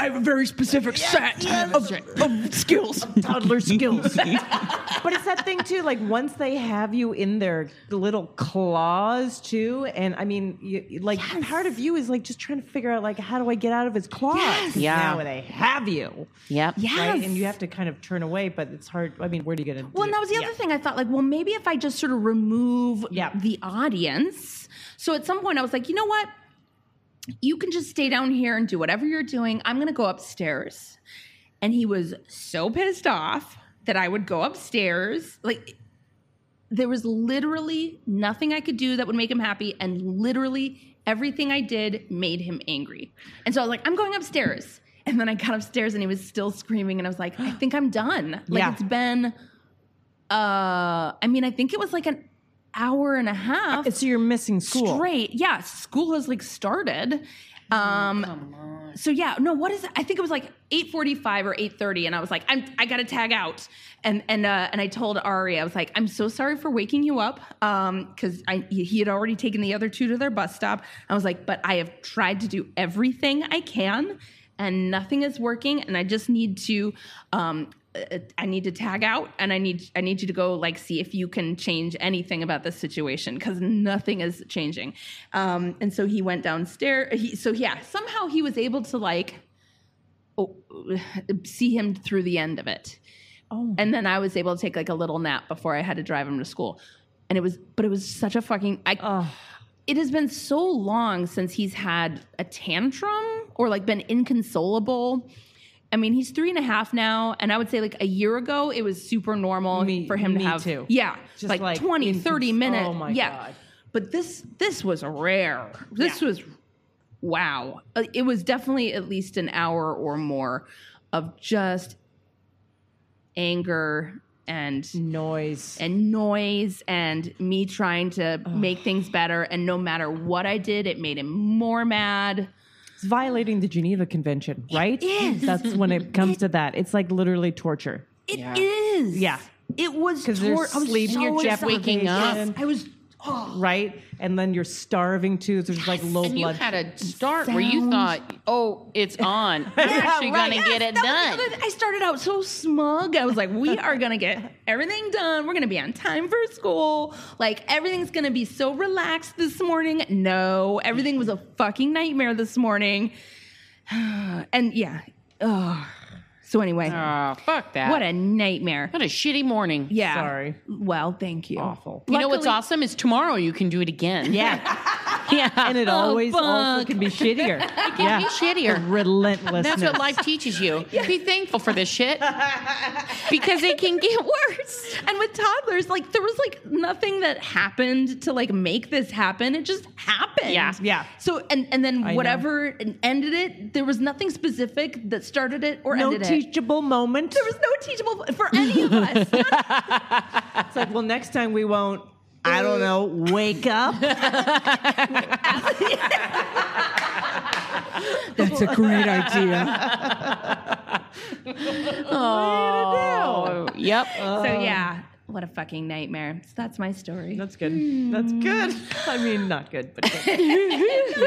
I have a very specific set of, of skills. toddler skills. but it's that thing too. Like once they have you in their little claws too, and I mean, you, you- like part of you is like just trying to figure out like how do I get out of his claws? Yeah. Now they have you, yep. Yeah. right? And you have to kind of turn away, but it's hard. I mean, what are you gonna? do? Well, and that was the other thing I thought, like, well, maybe if I just sort of remove Yeah. the audience. So at some point, I was like, you know what? You can just stay down here and do whatever you're doing. I'm going to go upstairs. And he was so pissed off that I would go upstairs. Like, there was literally nothing I could do that would make him happy, and literally everything I did made him angry. And so I was like, I'm going upstairs. And then I got upstairs and he was still screaming, and I was like, I think I'm done. Like Yeah. it's been uh I mean, I think it was like an hour and a half So you're missing school. straight. Yeah, school has like started. Um so yeah, no, what is it? I think it was like 8:45 or 8:30 and I was like I'm I got to tag out. And and uh and I told Ari I was like I'm so sorry for waking you up um cuz I he he had already taken the other two to their bus stop. I was like but I have tried to do everything I can and nothing is working and I just need to um uh, I need to tag out and I need I need you to go like see if you can change anything about this situation because nothing is changing. Um, and so he went downstairs. He, so yeah, somehow he was able to like oh, see him through the end of it. Oh. And then I was able to take like a little nap before I had to drive him to school. And it was, but it was such a fucking. I, Oh. It has been so long since he's had a tantrum or like been inconsolable. I mean, he's three and a half now, and I would say like a year ago, it was super normal Me- for him me to have. too. Yeah, Just like, like 20, incons- 30 minutes. Oh my yeah. God. But this this was rare. This was wow. Uh, It was definitely at least an hour or more of just anger and Noise. and noise and me trying to make things better and no matter what I did it made him more mad. It's violating the Geneva Convention, right? is. That's when it comes to that. It's like literally torture. It is. Yeah. Yeah. It was Because there's tor- I was sleep, so you're exhausted. waking up. Yes, I was oh right? And then you're starving too. There's like low And you blood. had a start where you thought, oh, it's on. I'm actually right. going Yes, to get it that was the done. other thing. I started out so smug. I was like, we are going to get everything done. We're going to be on time for school. Like, everything's going to be so relaxed this morning. No, everything was a fucking nightmare this morning. and yeah. Ugh. So, anyway, Oh, fuck that. what a nightmare. what a shitty morning. Yeah. Sorry. Well, thank you. Awful. You know what's awesome is tomorrow you can do it again. yeah. yeah. And it always also can be shittier. yeah. be shittier. Relentlessness. That's what life teaches you. Be thankful for this shit because it can get worse. And with toddlers, like there was like nothing that happened to like make this happen. It just happened. Yeah. Yeah. So and and then know. whatever ended it, there was nothing specific that started it or No ended it. teachable moment. There was no teachable for any of us. It's like, well, next time we won't. I don't know. Wake up. That's a great idea. Oh, yep. so yeah, what a fucking nightmare. So that's my story. That's good. That's good. I mean, not good, but good. No, it's good.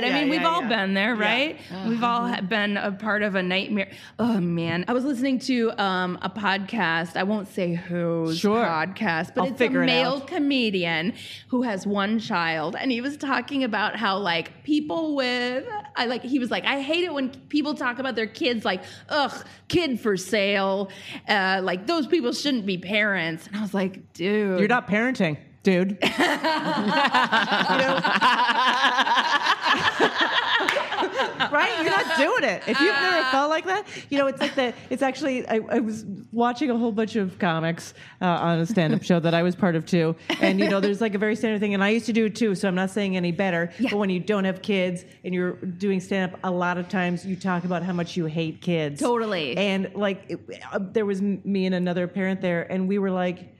Yeah, mean, yeah, we've yeah. all Uh-huh. been there, right? We've all ha- been a part of a nightmare. Oh man, I was listening to um, a podcast. I won't say whose Sure. podcast, but I'll it's a figure it male out. comedian who has one child, and he was talking about how like people with I like he was like I hate it when people talk about their kids like ugh kid for sale, uh, like those people shouldn't be parents. And I was like, dude, You're not parenting, dude. You know? right? You're not doing it. If you've never felt like that, you know, it's like that. It's actually, I, I was watching a whole bunch of comics uh, on a stand up show that I was part of too. And, you know, there's like a very standard thing. And I used to do it too, so I'm not saying any better. But when you don't have kids and you're doing stand up, a lot of times you talk about how much you hate kids. Totally. And, like, it, uh, there was m- me and another parent there, and we were like,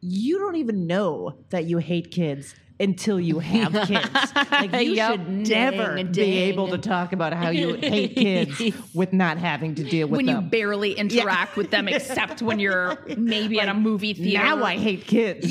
you don't even know that you hate kids until you have kids. Like you Yep. should never Ding, be ding. able to talk about how you hate kids with not having to deal with when you them. barely interact with them except when you're maybe at a movie theater. now I hate kids.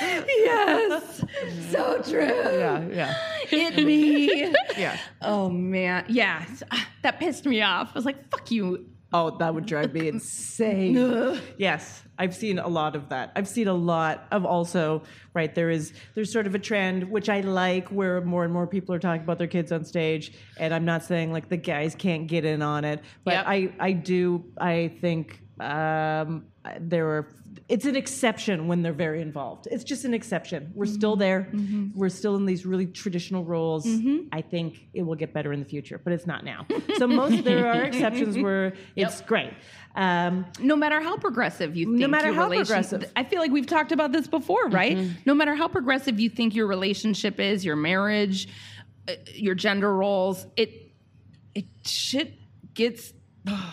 yes. So true. yeah, yeah, Hit me. yeah. oh man. Yeah. S- ah, That pissed me off. I was like, fuck you. Oh, that would drive me insane. yes, I've seen a lot of that. I've seen a lot of also, right, there is there's sort of a trend which I like where more and more people are talking about their kids on stage and I'm not saying like the guys can't get in on it, but Yep. I I do I think um there are it's an exception when they're very involved. It's just an exception. We're still there. We're still in these really traditional roles. I think it will get better in the future, but it's not now. So most there are exceptions where it's great. Um, No matter how progressive you think matter your how relation- progressive. Mm-hmm. I feel like we've talked about this before, right? No matter how progressive you think your relationship is, your marriage, uh, your gender roles, it it shit gets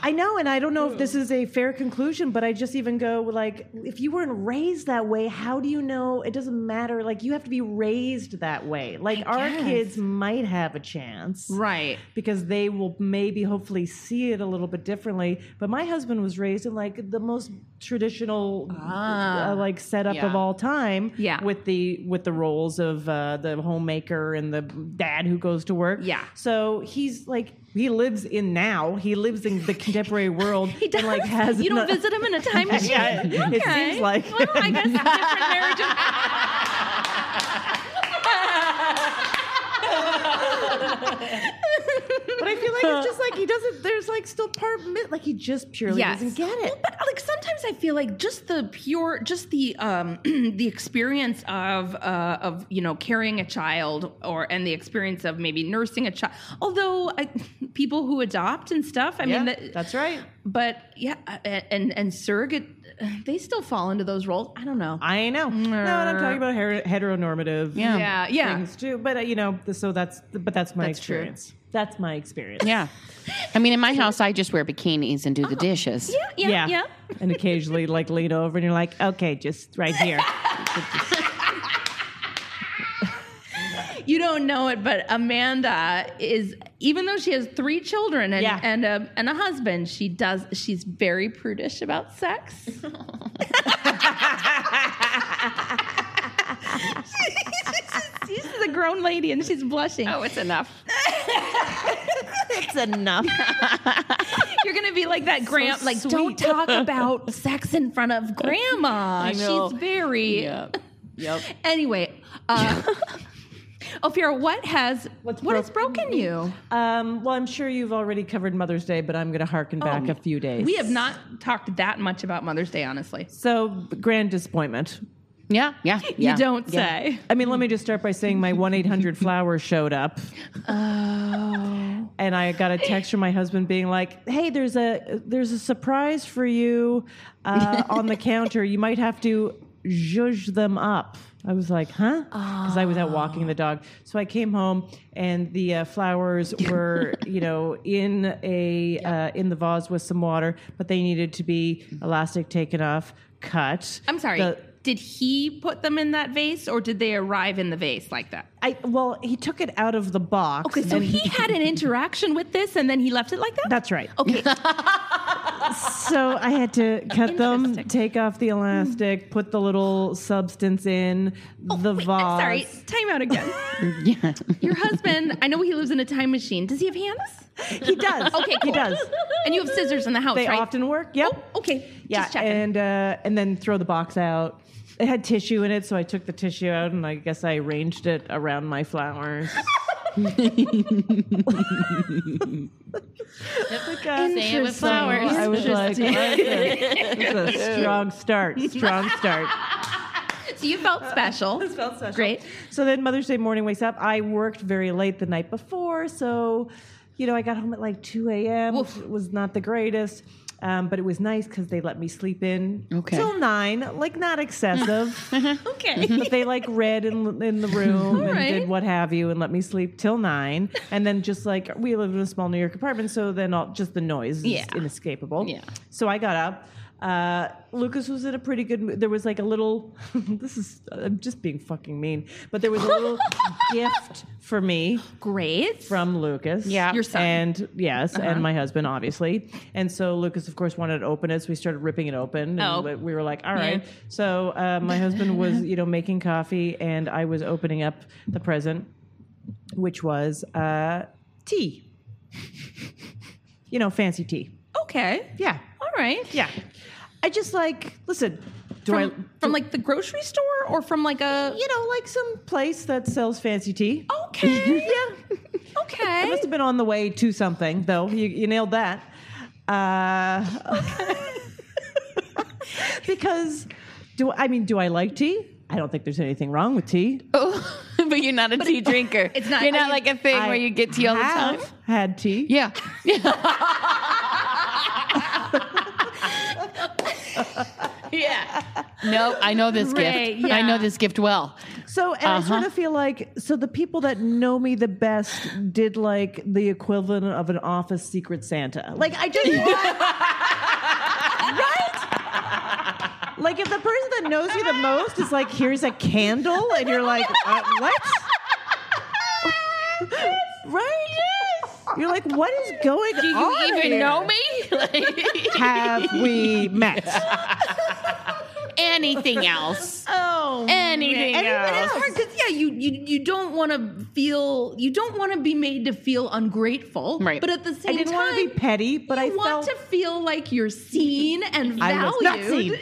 I know, and I don't know if this is a fair conclusion, but I just even go like, if you weren't raised that way, how do you know? It doesn't matter. Like you have to be raised that way. Like our kids might have a chance, right. because they will maybe hopefully see it a little bit differently. But my husband was raised in like the most traditional uh, like setup of Yeah. all time. Ah, Yeah. With the with the roles of uh, the homemaker and the dad who goes to work. Yeah. So he's like he lives in now. He lives in the contemporary world. He does. And like has you don't not- visit him in a time machine. Yeah, it Okay. seems like. Well, I guess different marriages. But I feel like it's just like he doesn't. There's like still part mi- like he just purely Yes. doesn't get it. Well, but like sometimes I feel like just the pure, just the um, the experience of uh, of you know carrying a child, or and the experience of maybe nursing a child. Although I, people who adopt and stuff, I mean, that, that's right. But yeah, a- and and surrogate, they still fall into those roles. I don't know. I know. No, and I'm talking about her- heteronormative. yeah, yeah. things too. But uh, you know, th- so that's but that's my That's true. experience. That's my experience. Yeah. I mean, in my house, I just wear bikinis and do the dishes. yeah, yeah, yeah, and occasionally, like lean over, and you're like, okay, just right here. You don't know it, but Amanda is even though she has three children and Yeah. and a and a husband, she does she's very prudish about sex. she's a grown lady and she's blushing. Oh, it's enough. it's enough. You're gonna be like that grand like don't talk about sex in front of grandma. know. She's very Yep. Yep. anyway. Uh, Ophira, what has what has broken you? Um, well, I'm sure you've already covered Mother's Day, but I'm going to harken back a few days. Oh, We have not talked that much about Mother's Day, honestly. so grand disappointment. Yeah. Yeah. yeah. You don't Yeah. say. I mean, let me just start by saying my 1 800 flower showed up. Oh. And I got a text from my husband being like, hey, there's a, there's a surprise for you uh, on the counter. You might have to zhuzh them up. I was like, huh? Because I was out walking the dog. So I came home and the uh, flowers were, you know, in a uh, in the vase with some water, but they needed to be elastic taken off, cut. I'm sorry. The- did he put them in that vase or did they arrive in the vase like that? I well, he took it out of the box. Okay, so and- he had an interaction with this and then he left it like that? That's right. Okay. So I had to cut them, Interesting. take off the elastic, put the little substance in the Oh, Wait, vase. I'm sorry. Time out again. Yeah. Your husband, I know he lives in a time machine. Does he have hands? He does. Okay, he cool. does. And you have scissors in the house, They right? often work. Yep. Oh, okay. Yeah, Just checking. and uh, and then throw the box out. It had tissue in it, so I took the tissue out and I guess I arranged it around my flowers. Sand with So flowers. I was like, "That's a strong start, strong start. so you felt special. Great. So then Mother's Day morning wakes up. I worked very late the night before, so you know I got home at like 2 a.m. which Woof. was not the greatest, um, but it was nice because they let me sleep in Okay. till nine, like not excessive. Okay. but they like read in in the room and right. did what have you and let me sleep till nine and then just like we lived in a small New York apartment so then all just the noise is Yeah. inescapable Yeah. so I got up uh, Lucas was in a pretty good mood there was like a little this is I'm just being fucking mean but there was a little gift for me Great. from Lucas Yeah. Your son. and yes and my husband obviously and so Lucas of course wanted to open it so we started ripping it open and Oh. we- we were like all right so uh, my husband was you know making coffee and I was opening up the present which was uh, tea you know fancy tea okay. yeah All right. yeah I just like listen do I From, from like the grocery store or from like a. you know like some place that sells fancy tea Okay. yeah I Okay. must have been on the way to something, though. You, you nailed that. Uh, because do I mean do I like tea? I don't think there's anything wrong with tea. Oh, but you're not a tea drinker. it's not- You're I not mean, like a thing I where you get tea all the time. have Had tea? Yeah. yeah. No, I know this Right, gift. I yeah. know this gift well. So and I Uh-huh. sort of feel like so the people that know me the best did like the equivalent of an office secret Santa. Like I just right. Like if the person that knows you the most is like, here's a candle, and you're like, uh, what? right? You're like, what is going Do you on? even here? know me? Like, Have we met? anything else? Oh, Anything And it's else? hard because yeah, you you you don't want to feel you don't want to be made to feel ungrateful, Right. But at the same I didn't time, want to be petty, but you I felt want to feel like you're seen and valued. I was not seen.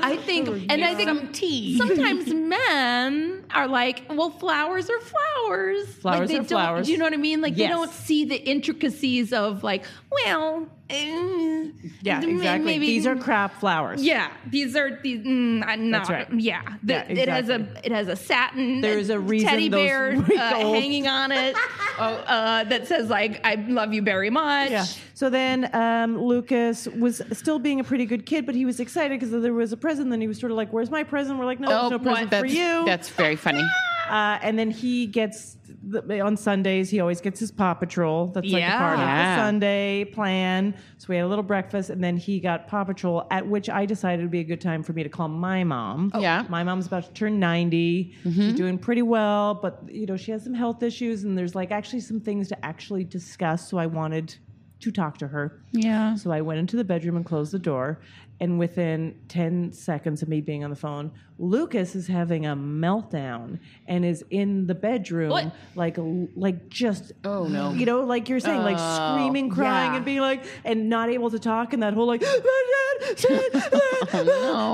I think, and I think tea. sometimes men are like, well, flowers are flowers. Flowers like, they are don't, flowers. Do you know what I mean? Like Yes. they don't see the intricacies of like, well, mm, Yeah, may- exactly. maybe- These are crap flowers. Yeah, these are these. Mm, I'm not. That's right. Yeah, The- Yeah, it has a exactly. it has a satin. There is a reason teddy those bear uh, week old- hanging on it uh, that says like I love you very much. Yeah. So then um, Lucas was still being a pretty good kid, but he was excited because there was a present. Then he was sort of like, "Where's my present?" We're like, "No, there's no present Oh, that's, for you." That's very funny. Uh, and then he gets the, on Sundays. He always gets his Paw Patrol. That's like a part of Yeah. the Sunday plan. So we had a little breakfast, and then he got Paw Patrol. At which I decided it would be a good time for me to call my mom. Oh. Yeah. Mm-hmm. my mom's about to turn 90 She's doing pretty well, but you know she has some health issues, and there's like actually some things to actually discuss. So I wanted to talk to her. Yeah. So I went into the bedroom and closed the door. And within 10 seconds of me being on the phone, Lucas is having a meltdown and is in the bedroom, What? like, like just, Oh, no. you know, like you're saying, like Oh, screaming, crying, yeah. and being like, and not able to talk, and that whole like, Oh,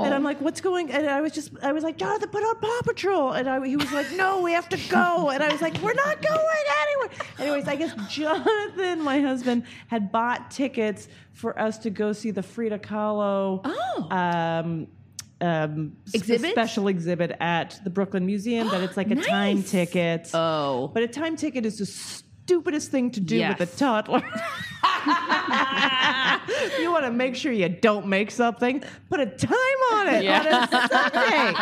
and I'm like, what's going? And I was just, I was like, Jonathan, put on Paw Patrol, and I, he was like, no, we have to go, and I was like, we're not going anywhere. Anyways, I guess Jonathan, my husband, had bought tickets for us to go see the Frida Kahlo. Oh. Um, um, s- Exhibit? special exhibit at the Brooklyn Museum, but it's like a time Nice. ticket. Oh. But a time ticket is the stupidest thing to do with Yes. a toddler. you want to make sure you don't make something, put a time on it Yeah. on a Sunday.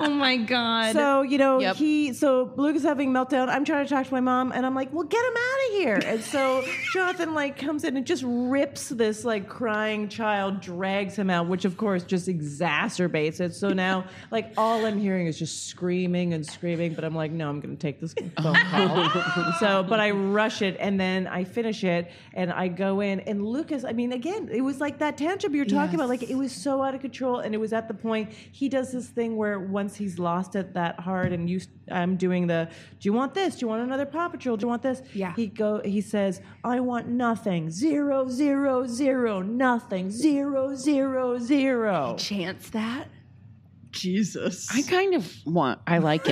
Oh my god. So you know Yep. he so Lucas having meltdown. I'm trying to talk to my mom, and I'm like, "Well, get him out of out of here. And so Jonathan like comes in and just rips this like crying child, drags him out, which of course just exacerbates it. So now like all I'm hearing is just screaming and screaming, but I'm like, no, I'm gonna take this phone call. so but I rush it and then I finish it and I go in and Lucas, I mean again, it was like that tantrum you were talking about. Like it was so out of control and it was at the point he does this thing where once he's lost it that hard and you I'm doing the do you want this? Do you want another Paw Patrol? Do you want this? Yeah. He go he says, I want nothing. Zero, zero, zero, nothing, zero, zero, zero. Chance that. Jesus. I kind of want. I like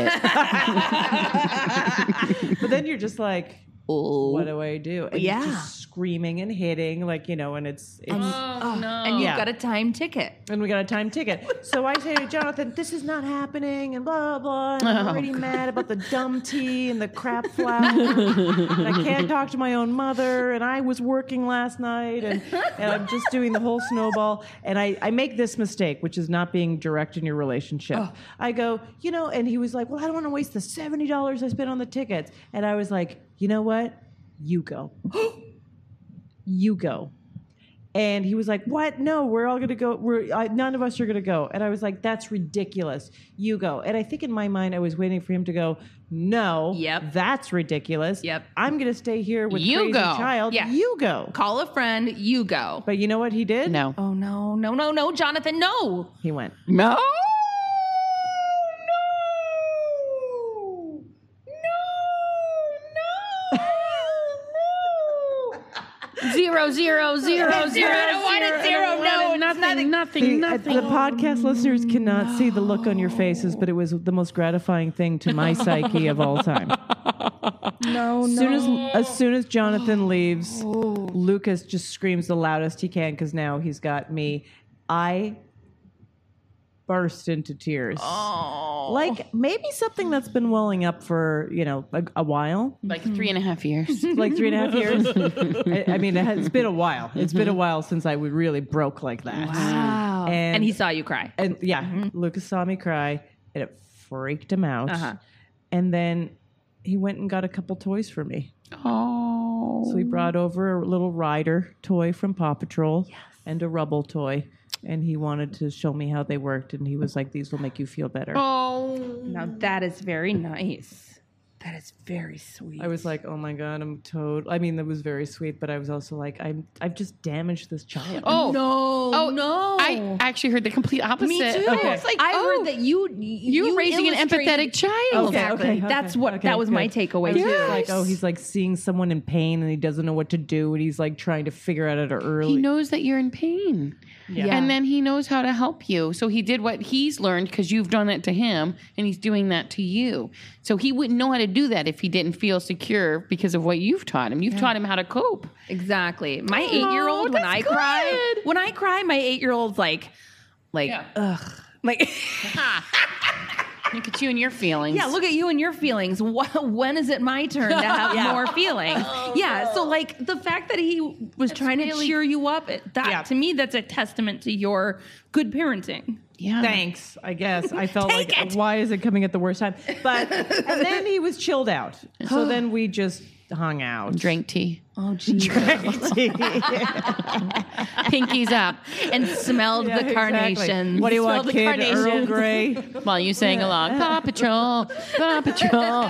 it. But then you're just like what do I do? And Yeah. He's just screaming and hitting, like, you know, and it's, it's And you've Yeah. got a time ticket. and we got a time ticket. So I say to Jonathan, this is not happening, and blah, blah, blah. And I'm already mad about the dumb tea and the crap flour. and I can't talk to my own mother, and I was working last night, and, and I'm just doing the whole snowball. And I, I make this mistake, which is not being direct in your relationship. I go, you know, and he was like, well, I don't want to waste the $70 I spent on the tickets. And I was like, you know what? You go you go. And he was like, "What? No, we're all gonna go. We're I, none of us are gonna go." And I was like, "That's ridiculous. You go." And I think in my mind, I was waiting for him to go, "No, Yep. that's ridiculous. Yep. I'm gonna stay here with You crazy go. child. Yeah. You go." Call a friend, you go. But you know what he did? no. Oh no, no, no, no, Jonathan, no. he went. No. Zero zero zero zero zero zero no nothing nothing The, nothing the podcast listeners cannot see the look on your faces, but it was the most gratifying thing to my psyche of all time. No, as soon as as soon as Jonathan leaves, Lucas just screams the loudest he can because now he's got me. I burst into tears. Like maybe something that's been welling up for you know a, a while, like three and a half years. like three and a half years. I, I mean, it has, it's been a while. It's been a while since I would really broke like that. Wow. And, And- he saw you cry. And yeah, Mm-hmm. Lucas saw me cry and it freaked him out. Uh-huh. And then he went and got a couple toys for me. Oh, So he brought over a little rider toy from Paw Patrol and a rubble toy. And he wanted to show me how they worked. And he was like, these will make you feel better. oh, Now that is very nice. That is very sweet. I was like, oh my God, I'm toad. I mean, that was very sweet, but I was also like, I'm, I've just damaged this child. oh no, Oh no. I actually heard the complete opposite. Me too. I It's like, I oh, heard that you You're you raising an illustrated- empathetic child. Okay, Exactly. okay, That's okay, what okay, that was my good. I takeaway. was too. just like, oh, he's like seeing someone in pain and he doesn't know what to do. And he's like trying to figure out at an early He knows that you're in pain. And then he knows how to help you. So he did what he's learned because you've done it to him and he's doing that to you. So he wouldn't know how to do that if he didn't feel secure because of what you've taught him. You've taught him how to cope. Exactly. My eight year old, when that's I cry, when I cry, my eight year old's like, like, ugh, like, Look at you and your feelings. yeah, look at you and your feelings. Wh- When is it my turn to have more feelings? Oh, yeah. So like the fact that he was trying to cheer you up, it, that to me, that's a testament to your good parenting. Yeah. thanks, I guess. I felt Take like, it. why is it coming at the worst time? But and then he was chilled out. So then we just hung out. Drink tea. Oh, geez. tea. Pinkies up. and smelled the carnations. What do you Smelled want, the kid? carnations. Earl Grey. While you sang along, Paw Patrol, Paw Patrol.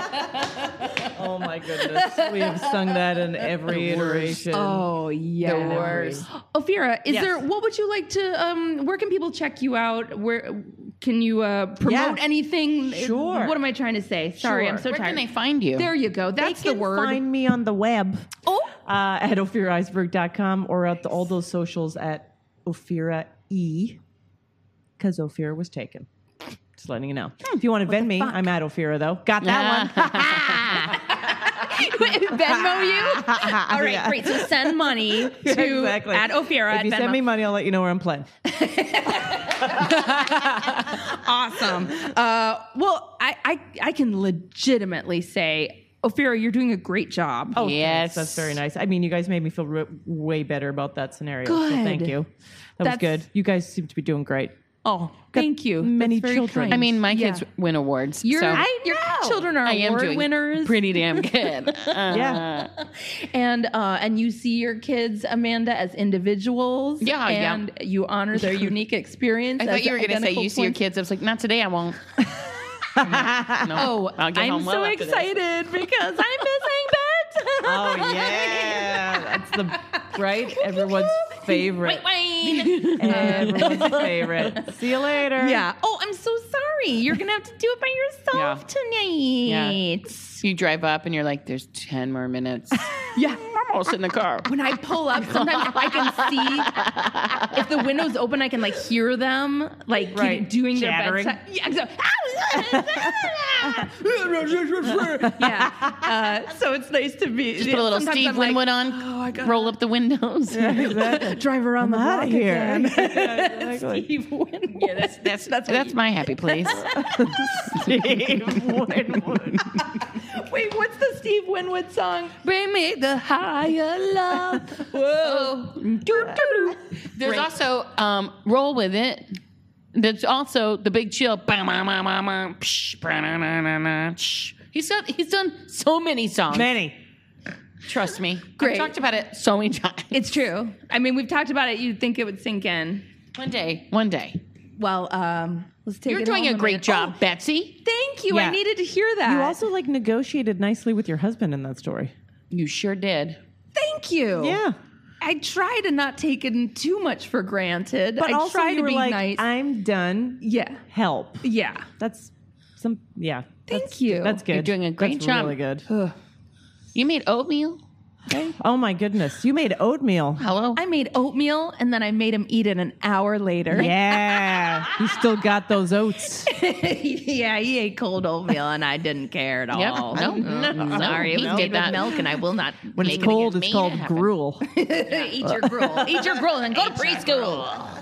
Oh my goodness, we have sung that in every iteration. Oh yeah, the worst. Ophira, is Yes. there? What would you like to? Um, where can people check you out? Where can you uh, promote Yeah. anything? Sure. What am I trying to say? Sorry, I'm Sure. so Where tired. can they find you? there you go. That's You the can word. Find me on the web oh, uh, at ophiraisberg.com or at the, all those socials at Ophira E, because Ophira was taken. Just letting you know. Hmm. If you want to vend me, I'm at Ophira though. Got that one. ah. Venmo you. All right, great. So send money to exactly. at Ophira. If at you Venmo. send me money, I'll let you know where I'm playing. awesome. Uh, well, I, I I can legitimately say, Ophira, you're doing a great job. Oh, thanks. Yes. that's very nice. I mean, you guys made me feel re- way better about that scenario. So thank Good. you. That That's- was good. You guys seem to be doing great. Oh, thank you. many That's very children. kind. I mean, my Yeah. kids win awards. Your, so your children are I am award doing winners, Pretty damn good. Uh, Yeah. and uh, and you see your kids, Amanda, as individuals. Yeah, yeah. and you honor their unique experience. I thought as you were going to say identical you see your twins. kids. I was like, not today. I won't. no, Oh, I'll get I'm home so well after this. excited because I'm missing Bert. Oh yeah, that's the right everyone's favorite. Wayne. Everyone's favorite. See you later. yeah. Oh, I'm so sorry. You're gonna have to do it by yourself tonight. You drive up and you're like, there's ten more minutes. Yeah. I'm almost in the car. When I pull up, sometimes I can see if the window's open, I can like hear them like Right. doing their Chattering. bedtime. Yeah, exactly. yeah. Uh, so it's nice to be. Just put a little sometimes Steve I'm like, "Oh, Winwood on. roll up the windows. Drive around the block here. Steve Winwood. Yeah, that's that's that's, That's my happy place. Wait, what's the Steve Winwood song? Bring me the higher love. Whoa. There's also um, roll with it. There's also the big chill. Ba-ma-ma-ma-ma, psh, ba-na-na-na-na, psh. He's got he's done so many songs. Many. Trust me. Great. I've talked about it so many times. It's true. I mean, we've talked about it. You'd think it would sink in. one day, one day. Well, um, let's take You're it doing home, a Amanda. great job, Betsy. Oh, thank you. I Yeah. needed to hear that. You also like negotiated nicely with your husband in that story. You sure did. thank you. Yeah. I try to not take it too much for granted. But I also try you to were be like, nice. I'm done. yeah. Help. Yeah. That's some yeah. Thank That's- you. That's good. You're doing a great that's job. Really good. You made oatmeal. Oh my goodness. You made oatmeal. Hello. I made oatmeal and then I made him eat it an hour later. Yeah. you still got those oats. yeah, he ate cold oatmeal and I didn't care at Yep. all. No, no, no, Sorry, it he was made with did that. milk and I will not When make it's it cold, again. it's Made called it happen. gruel. eat your gruel. Eat your gruel and go to preschool.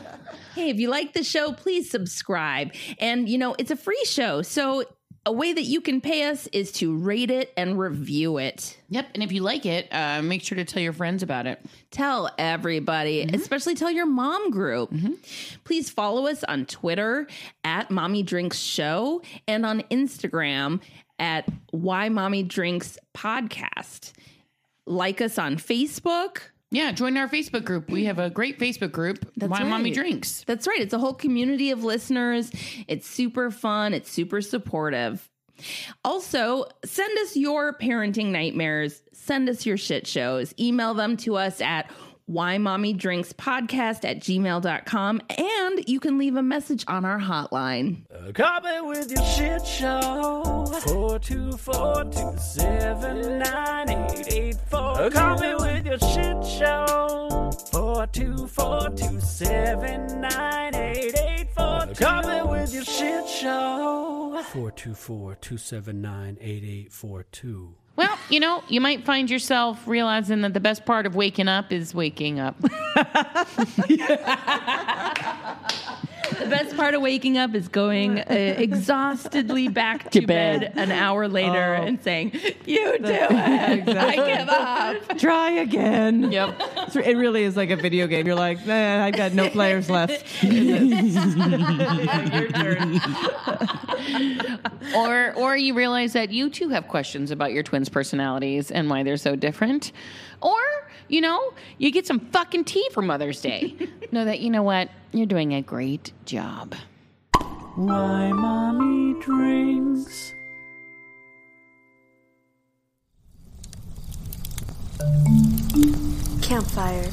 Hey, if you like the show, please subscribe. And you know, it's a free show. So a way that you can pay us is to rate it and review it. Yep. And if you like it, uh, make sure to tell your friends about it. Tell everybody, especially tell your mom group. Please follow us on Twitter at Mommy Drinks Show and on Instagram at Why Mommy Drinks Podcast. Like us on Facebook. Yeah, join our Facebook group. We have a great Facebook group. Why right. mommy drinks. That's right. It's a whole community of listeners. It's super fun, it's super supportive. Also, send us your parenting nightmares, send us your shit shows, email them to us at why mommy drinks podcast at gmail.com and you can leave a message on our hotline Copy with your shit show. 424279884. Copy with your shit show. 424279884. Copy with your shit show. 424279884. Well, you know, you might find yourself realizing that the best part of waking up is waking up. the best part of waking up is going uh, exhaustedly back to, bed. Oh. an hour later and saying you do it i give up Try again. yep. It's- It really is like a video game. You're like, man, I've got no players left. or or you realize that you too have questions about your twins' personalities and why they're so different. Or, you know, you get some fucking tea for Mother's Day. know that you know what? You're doing a great job. Why mommy drinks. Campfire.